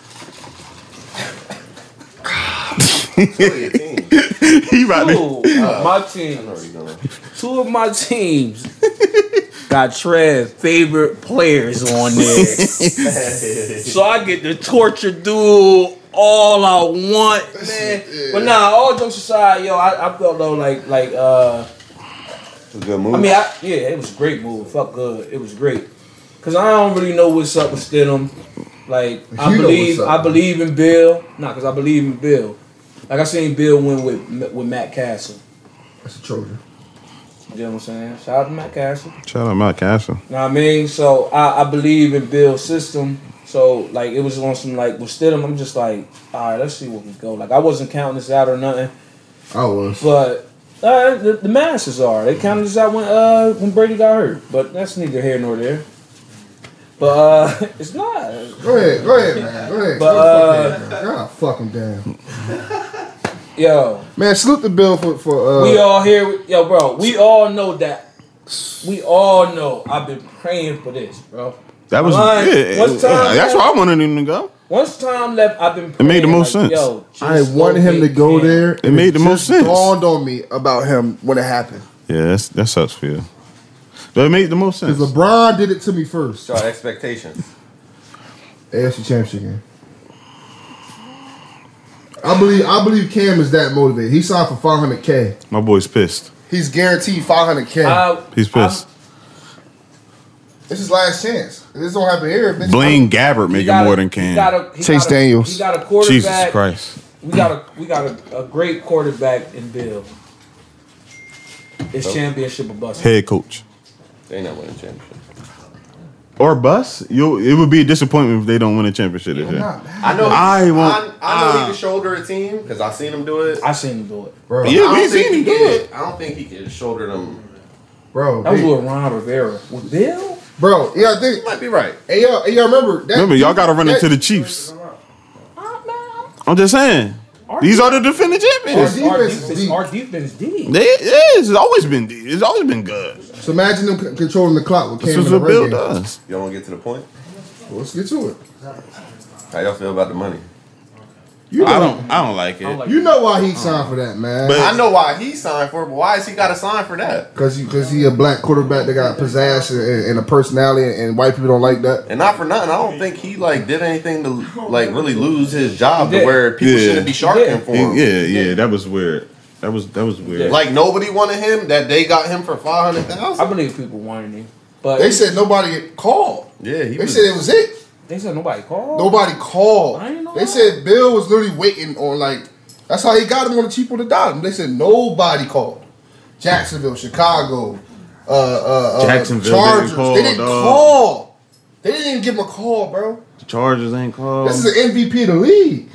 Speaker 1: [laughs]
Speaker 2: [laughs] he about to.
Speaker 5: Two of my teams. Two of my teams [laughs] got Trev's favorite players on
Speaker 1: [laughs]
Speaker 5: there. so I get to torture dude all I want, man. But nah, all jokes aside, yo, I, I felt though like like uh
Speaker 3: a good move.
Speaker 5: I mean, I, yeah, it was a great move. Fuck good. It was great. Cause I don't really know what's up with Stidham. Like I
Speaker 1: You know
Speaker 5: believe,
Speaker 1: what's up.
Speaker 5: I believe in Bill. Nah, cause I believe in Bill. Like I seen Bill win with with Matt Castle.
Speaker 1: That's a Trojan.
Speaker 5: You know what I'm saying? Shout out to Matt Castle.
Speaker 2: Shout out Mike Castle.
Speaker 5: You know what I mean? So I, I believe in Bill's system. So like it was on some like with Stidham. I'm just like, all right, let's see where we go. Like I wasn't counting this out or nothing,
Speaker 1: I was.
Speaker 5: but. Uh, the, the masses are. They counted this out when uh when Brady got hurt, but that's neither here nor there. But uh, [laughs] it's not.
Speaker 1: Go ahead. Go ahead, man. Go ahead.
Speaker 5: But, uh,
Speaker 1: Go fuck down. God fucking damn.
Speaker 5: Yo,
Speaker 1: Man, salute the bill for for. Uh,
Speaker 5: we all here. Yo, bro, we all know that. We all know. I've been praying for this, bro.
Speaker 2: That was
Speaker 5: Alright,
Speaker 2: yeah,
Speaker 5: what's time,
Speaker 2: That's
Speaker 5: man?
Speaker 2: why I wanted him to go.
Speaker 5: Once time left, I've been.
Speaker 2: It
Speaker 5: Praying,
Speaker 2: made the most
Speaker 5: like,
Speaker 2: sense.
Speaker 5: Yo,
Speaker 1: I
Speaker 5: just
Speaker 1: wanted him to
Speaker 5: big
Speaker 1: go
Speaker 5: fan.
Speaker 1: there. and
Speaker 2: made the
Speaker 1: just
Speaker 2: most sense.
Speaker 1: Dawned on me about him when it happened.
Speaker 2: Yeah, that's, that sucks for you. But it made the most sense.
Speaker 1: Because LeBron did it to me first.
Speaker 3: Y'all expectations.
Speaker 1: AFC Championship game. I believe I believe Cam is that motivated. He signed for 500k.
Speaker 2: My boy's pissed.
Speaker 1: He's guaranteed 500k.
Speaker 5: I,
Speaker 2: He's pissed.
Speaker 1: this is last chance. If this don't happen here, bitch,
Speaker 2: Blaine Gabbert making more than
Speaker 5: He
Speaker 2: Cam.
Speaker 5: got a, he
Speaker 1: Chase
Speaker 5: got a-
Speaker 1: Daniels.
Speaker 5: He got a quarterback.
Speaker 2: Jesus Christ.
Speaker 5: We got a we got a, a great quarterback in Bill. It's championship of bust.
Speaker 2: Head coach.
Speaker 3: They not winning championship.
Speaker 2: Or bus? You it would be a disappointment if they don't win a championship this
Speaker 1: I'm
Speaker 2: year.
Speaker 1: not mad.
Speaker 3: I know.
Speaker 2: I want-
Speaker 3: I, I know
Speaker 2: uh,
Speaker 3: he can shoulder a team because I seen him do it.
Speaker 5: I seen him do it.
Speaker 1: Bro,
Speaker 2: Yeah.
Speaker 3: I
Speaker 2: we
Speaker 3: don't
Speaker 2: seen
Speaker 3: think
Speaker 2: him
Speaker 3: he
Speaker 2: do
Speaker 3: can- I don't think he can shoulder them.
Speaker 1: bro,
Speaker 5: That was
Speaker 1: big-
Speaker 5: with Ron Rivera. With Bill?
Speaker 1: bro. Yeah, I think.
Speaker 3: You might be right.
Speaker 1: Hey, y'all, hey, y'all remember? That,
Speaker 2: Remember, y'all gotta run
Speaker 1: that-
Speaker 2: into the Chiefs.
Speaker 4: Oh, no.
Speaker 2: I'm just saying. These are the defending
Speaker 5: Our,
Speaker 2: champions.
Speaker 5: our
Speaker 1: defense is
Speaker 5: defense,
Speaker 1: deep.
Speaker 5: our defense deep.
Speaker 2: They, it is. It's always been it's always been good.
Speaker 1: So imagine them c- controlling the clock with
Speaker 2: This
Speaker 1: Cam in
Speaker 2: is
Speaker 1: the
Speaker 2: what Bill
Speaker 1: run game.
Speaker 2: does.
Speaker 3: Y'all want to get to the point?
Speaker 1: Let's get to it.
Speaker 3: How y'all feel about the money?
Speaker 1: You know,
Speaker 2: I don't I don't like
Speaker 5: I'm
Speaker 2: it.
Speaker 5: like,
Speaker 1: You know why he signed for that, man?
Speaker 2: But-
Speaker 3: I know why he signed for it, but why has he got to sign for that?
Speaker 1: Cause you, cause he a black quarterback that got pizzazz and, and a personality, and, white people don't like that.
Speaker 3: And not for nothing, I don't think he like did anything to like really lose his job
Speaker 5: He
Speaker 3: to
Speaker 5: did.
Speaker 3: where people
Speaker 2: Yeah.
Speaker 3: shouldn't be sharking
Speaker 5: did.
Speaker 3: for him.
Speaker 2: Yeah, yeah, that was weird. That was that was weird.
Speaker 3: Like nobody wanted him. That they got him for five hundred
Speaker 5: I
Speaker 3: thousand.
Speaker 5: believe people wanted him. But
Speaker 1: They said nobody get called.
Speaker 3: Yeah, he
Speaker 1: They
Speaker 3: was.
Speaker 1: said it was it.
Speaker 5: they said nobody called.
Speaker 1: Oh, Nobody called.
Speaker 5: I didn't know
Speaker 1: They
Speaker 5: that.
Speaker 1: said Bill was literally waiting on like that's how he got him on the cheap on the dime. They said nobody called. Jacksonville, Chicago, uh, uh, uh
Speaker 2: Jacksonville
Speaker 1: Chargers.
Speaker 2: didn't call,
Speaker 1: they didn't
Speaker 2: dog.
Speaker 1: call. They didn't even give him a call, bro.
Speaker 2: the Chargers ain't called.
Speaker 1: This is an MVP of the league.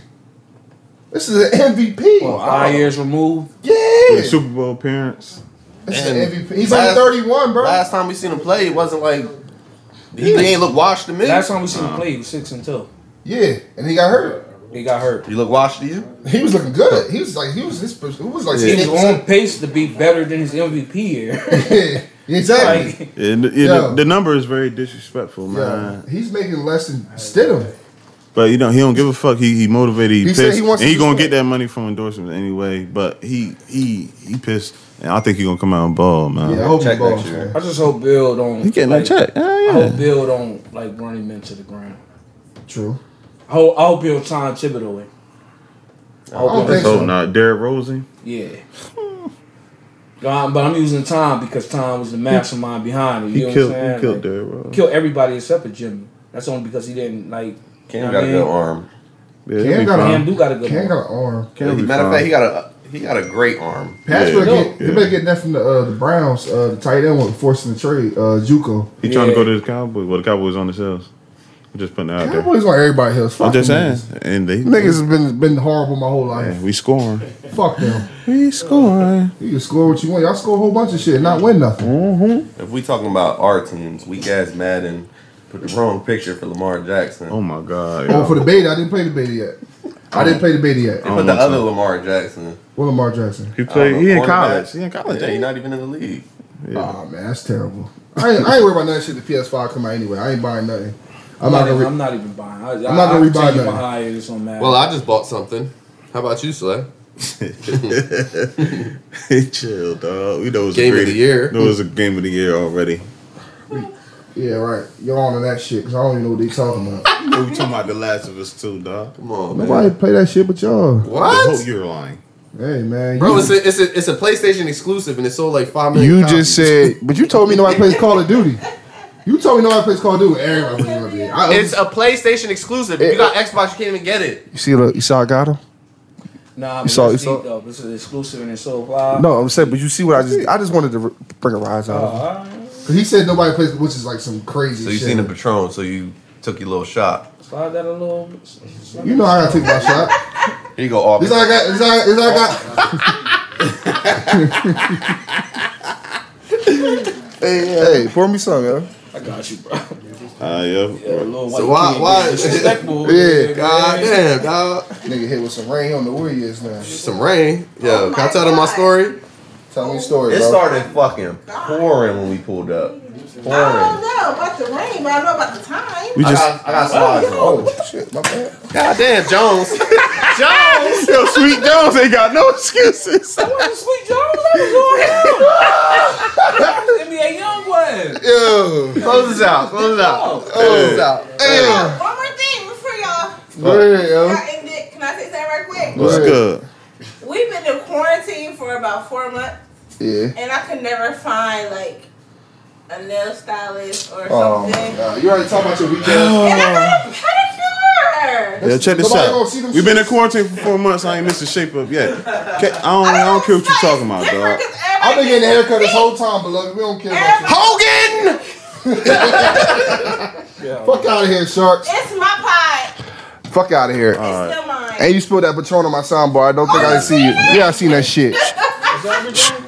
Speaker 1: This is an MVP.
Speaker 5: Oh, Well, Five years removed.
Speaker 1: yeah.
Speaker 2: Super Bowl appearance.
Speaker 1: This is
Speaker 3: And
Speaker 1: the MVP. He's
Speaker 3: last-
Speaker 1: only 31, bro.
Speaker 3: Last time we seen him play, it wasn't like he, he ain't look washed to me.
Speaker 5: Last time we seen him play, he was six and two.
Speaker 1: yeah, and he got hurt.
Speaker 5: He got hurt.
Speaker 3: He look washed to you?
Speaker 1: He was looking good. He was like, he was this. It was like,
Speaker 5: He was
Speaker 1: six-
Speaker 5: on pace to be better than his MVP year.
Speaker 1: [laughs]
Speaker 5: [laughs]
Speaker 1: yeah, exactly.
Speaker 5: like,
Speaker 2: And, and
Speaker 1: Yo.
Speaker 2: the, the number is very disrespectful,
Speaker 1: Yeah,
Speaker 2: man.
Speaker 1: he's making less than Stidham.
Speaker 2: But you know he don't give a fuck. He he motivated. He,
Speaker 1: He
Speaker 2: pissed.
Speaker 1: said he wants
Speaker 2: and
Speaker 1: to
Speaker 2: he gonna
Speaker 1: destroy.
Speaker 2: get that money from endorsements anyway. But he he he pissed. And I think he gonna come out and ball, man.
Speaker 1: Yeah, I hope he
Speaker 3: Check
Speaker 1: balls.
Speaker 3: next year.
Speaker 1: man.
Speaker 5: I just hope Bill don't.
Speaker 2: He getting
Speaker 5: like,
Speaker 2: that check. Yeah,
Speaker 5: I hope
Speaker 2: yeah.
Speaker 5: Bill don't like run him into the ground.
Speaker 1: True.
Speaker 5: I hope, I hope Bill time Thibodeau in. I hope
Speaker 1: I don't
Speaker 5: Bill-
Speaker 1: think
Speaker 2: Let's hope
Speaker 1: so.
Speaker 2: not. Oh, Derrick Rosen.
Speaker 5: Yeah. No, I'm- but I'm using Tom because Tom was the mastermind behind it. You
Speaker 2: He
Speaker 5: know what I'm
Speaker 2: killed.
Speaker 5: saying?
Speaker 2: He killed
Speaker 5: Like,
Speaker 2: Derrick Rosen.
Speaker 5: killed everybody except for Jimmy. That's only because he didn't like.
Speaker 3: Cam
Speaker 5: know
Speaker 3: got
Speaker 5: what
Speaker 3: a
Speaker 5: I
Speaker 3: good
Speaker 5: mean?
Speaker 3: arm.
Speaker 2: Yeah, he'll
Speaker 1: Cam
Speaker 2: be
Speaker 1: got a-
Speaker 2: fine.
Speaker 5: Cam do got a good
Speaker 1: Cam
Speaker 5: one.
Speaker 1: got an arm.
Speaker 2: Cam be
Speaker 3: matter of
Speaker 2: fine.
Speaker 3: fact, he got a he got a great arm.
Speaker 1: Pat's
Speaker 2: Yeah,
Speaker 1: better
Speaker 5: yeah.
Speaker 1: get,
Speaker 2: Yeah.
Speaker 1: they better get that from the uh, the Browns, uh, the tight end one forcing the trade, uh, JUCO.
Speaker 2: He trying to
Speaker 5: Yeah.
Speaker 2: go to the Cowboys. Well, the Cowboys on themselves. I'm just putting it out there.
Speaker 1: Cowboys like everybody else. Fuck
Speaker 2: I'm just
Speaker 1: them
Speaker 2: saying, and they
Speaker 1: Niggas have been been horrible my whole
Speaker 2: Yeah,
Speaker 1: life.
Speaker 2: we scoring.
Speaker 1: Fuck them.
Speaker 2: We scoring.
Speaker 1: You can score what you want. Y'all score a whole bunch of shit, and not win nothing.
Speaker 3: If we talking about our teams, weak ass Madden put the wrong picture for Lamar Jackson.
Speaker 2: Oh my god.
Speaker 1: Oh, for the beta, I didn't play the beta yet. I didn't play the beta yet.
Speaker 3: they
Speaker 2: Oh.
Speaker 3: put the
Speaker 2: I don't
Speaker 3: other
Speaker 2: want
Speaker 3: Lamar Jackson.
Speaker 1: What Lamar Jackson?
Speaker 2: he
Speaker 3: I
Speaker 2: played.
Speaker 3: don't
Speaker 2: He
Speaker 3: know,
Speaker 2: in
Speaker 3: cornerback.
Speaker 2: college. He in college.
Speaker 3: Yeah,
Speaker 2: ain't
Speaker 3: he's
Speaker 2: he?
Speaker 3: not even in the league.
Speaker 1: Oh man, that's terrible. I ain't, I ain't worried about none of that shit. The PS5 come out anyway. I ain't buying nothing. I'm not
Speaker 5: even,
Speaker 1: gonna.
Speaker 5: I'm
Speaker 1: Re-
Speaker 5: not even buying. I, am
Speaker 1: not gonna rebuy
Speaker 5: behind
Speaker 1: nothing.
Speaker 5: It's on Madden.
Speaker 6: Well, I just bought something. How about you, Slay?
Speaker 2: [laughs] Chill, dog. We know it's
Speaker 6: Game of
Speaker 2: a great,
Speaker 6: the year.
Speaker 2: It was a game of the year already.
Speaker 1: yeah, right. Y'all on that shit because I don't even know what they talking about.
Speaker 2: we talking about the Last of Us too, dog.
Speaker 6: Come on, man.
Speaker 1: Nobody play that shit but y'all.
Speaker 2: I hope
Speaker 6: What?
Speaker 2: you're lying.
Speaker 1: Hey man,
Speaker 6: Bro,
Speaker 1: you-
Speaker 6: it's a, it's a it's a PlayStation exclusive, and it sold like five million.
Speaker 1: You
Speaker 6: copies.
Speaker 1: just said, but you told me nobody plays Call of Duty. You told me nobody plays Call of Duty. Everybody plays Call of Duty. I,
Speaker 6: it's a PlayStation exclusive. If you got Xbox, you can't even get it.
Speaker 1: you see, look, you saw I got him.
Speaker 5: nah, but
Speaker 1: saw- you
Speaker 5: it's
Speaker 1: saw-
Speaker 5: deep though. This is exclusive and it's so fly.
Speaker 1: No, I'm saying, but you see what I just, I just wanted to re- bring a rise out. of
Speaker 5: Uh,
Speaker 1: it. Cause he said nobody plays, which is like some crazy
Speaker 3: So you
Speaker 1: shit.
Speaker 3: seen the Patron, so you took your little shot.
Speaker 5: slide that a little.
Speaker 1: you know I gotta take my shot.
Speaker 3: Here you go, off.
Speaker 1: This all I got. This all, I- this all I got. [laughs] hey, hey, pour me some, yo.
Speaker 5: I got you, bro. [laughs]
Speaker 2: Uh, yeah.
Speaker 5: Yeah, a little
Speaker 6: So why-
Speaker 5: white kid,
Speaker 6: why-
Speaker 5: disrespectful?
Speaker 6: [laughs]
Speaker 1: Yeah,
Speaker 6: God damn, dog.
Speaker 1: Nigga hit with some rain. He don't know where he is now.
Speaker 6: Some rain.
Speaker 4: Oh
Speaker 6: Yo,
Speaker 4: my
Speaker 6: can I tell them my
Speaker 4: God.
Speaker 6: story?
Speaker 1: Tell me a story,
Speaker 3: It
Speaker 1: bro.
Speaker 3: started fucking pouring when we pulled up.
Speaker 4: I don't
Speaker 3: Pouring.
Speaker 4: know about the rain, but I know about the time.
Speaker 2: We
Speaker 3: I
Speaker 2: just
Speaker 3: got, I got slides on.
Speaker 1: oh shit, my bad.
Speaker 6: God damn, Jones. Jones.
Speaker 2: yo, Sweet Jones ain't got no excuses.
Speaker 5: Where's the Sweet Jones? That [laughs] was on him. NBA Youngboy.
Speaker 1: Yo,
Speaker 3: Close this out. Close this out. Close
Speaker 1: Oh,
Speaker 3: this out.
Speaker 1: damn.
Speaker 4: One more thing before y'all,
Speaker 1: Go ahead, yo.
Speaker 4: y'all end it. Can I say something right quick?
Speaker 2: What's
Speaker 1: Right.
Speaker 2: good?
Speaker 4: We've been in quarantine for about four months,
Speaker 1: Yeah.
Speaker 4: and I could never find like a nail stylist or
Speaker 1: Oh,
Speaker 4: something.
Speaker 1: my God. you already talking about your weekend.
Speaker 4: And I got a pedicure.
Speaker 2: Yeah, check this
Speaker 1: Nobody gonna see
Speaker 2: out.
Speaker 1: them
Speaker 2: We've been in
Speaker 1: shits.
Speaker 2: quarantine for four months. I ain't missed a shape up yet. Okay, I don't, I don't care what you're talking about, dog.
Speaker 1: I've been getting a haircut this whole time, beloved. We don't care about you.
Speaker 6: Hogan.
Speaker 1: Fuck out of here, sharks.
Speaker 4: It's my pie.
Speaker 1: Fuck out of here.
Speaker 4: It's still mine.
Speaker 1: And you spilled that Patron on my soundbar. I don't think I see you. Yeah, I seen that shit.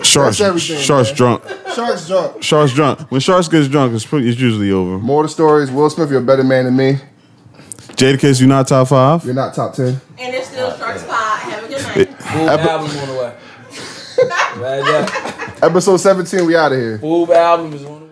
Speaker 2: Sharks,
Speaker 1: That's everything,
Speaker 2: sharks
Speaker 1: man.
Speaker 2: drunk.
Speaker 1: Sharks drunk.
Speaker 2: Sharks drunk. When Sharks gets drunk, it's, pretty, it's usually over.
Speaker 1: More of the stories. Will Smith, you're a better man than me.
Speaker 2: Jada Kiss, you not top five.
Speaker 1: You're not top ten.
Speaker 4: And it's still Shark's Pie. Have a good night.
Speaker 5: Move album on the way. Glad that
Speaker 1: Episode 17, we out of here.
Speaker 5: move album is on the way.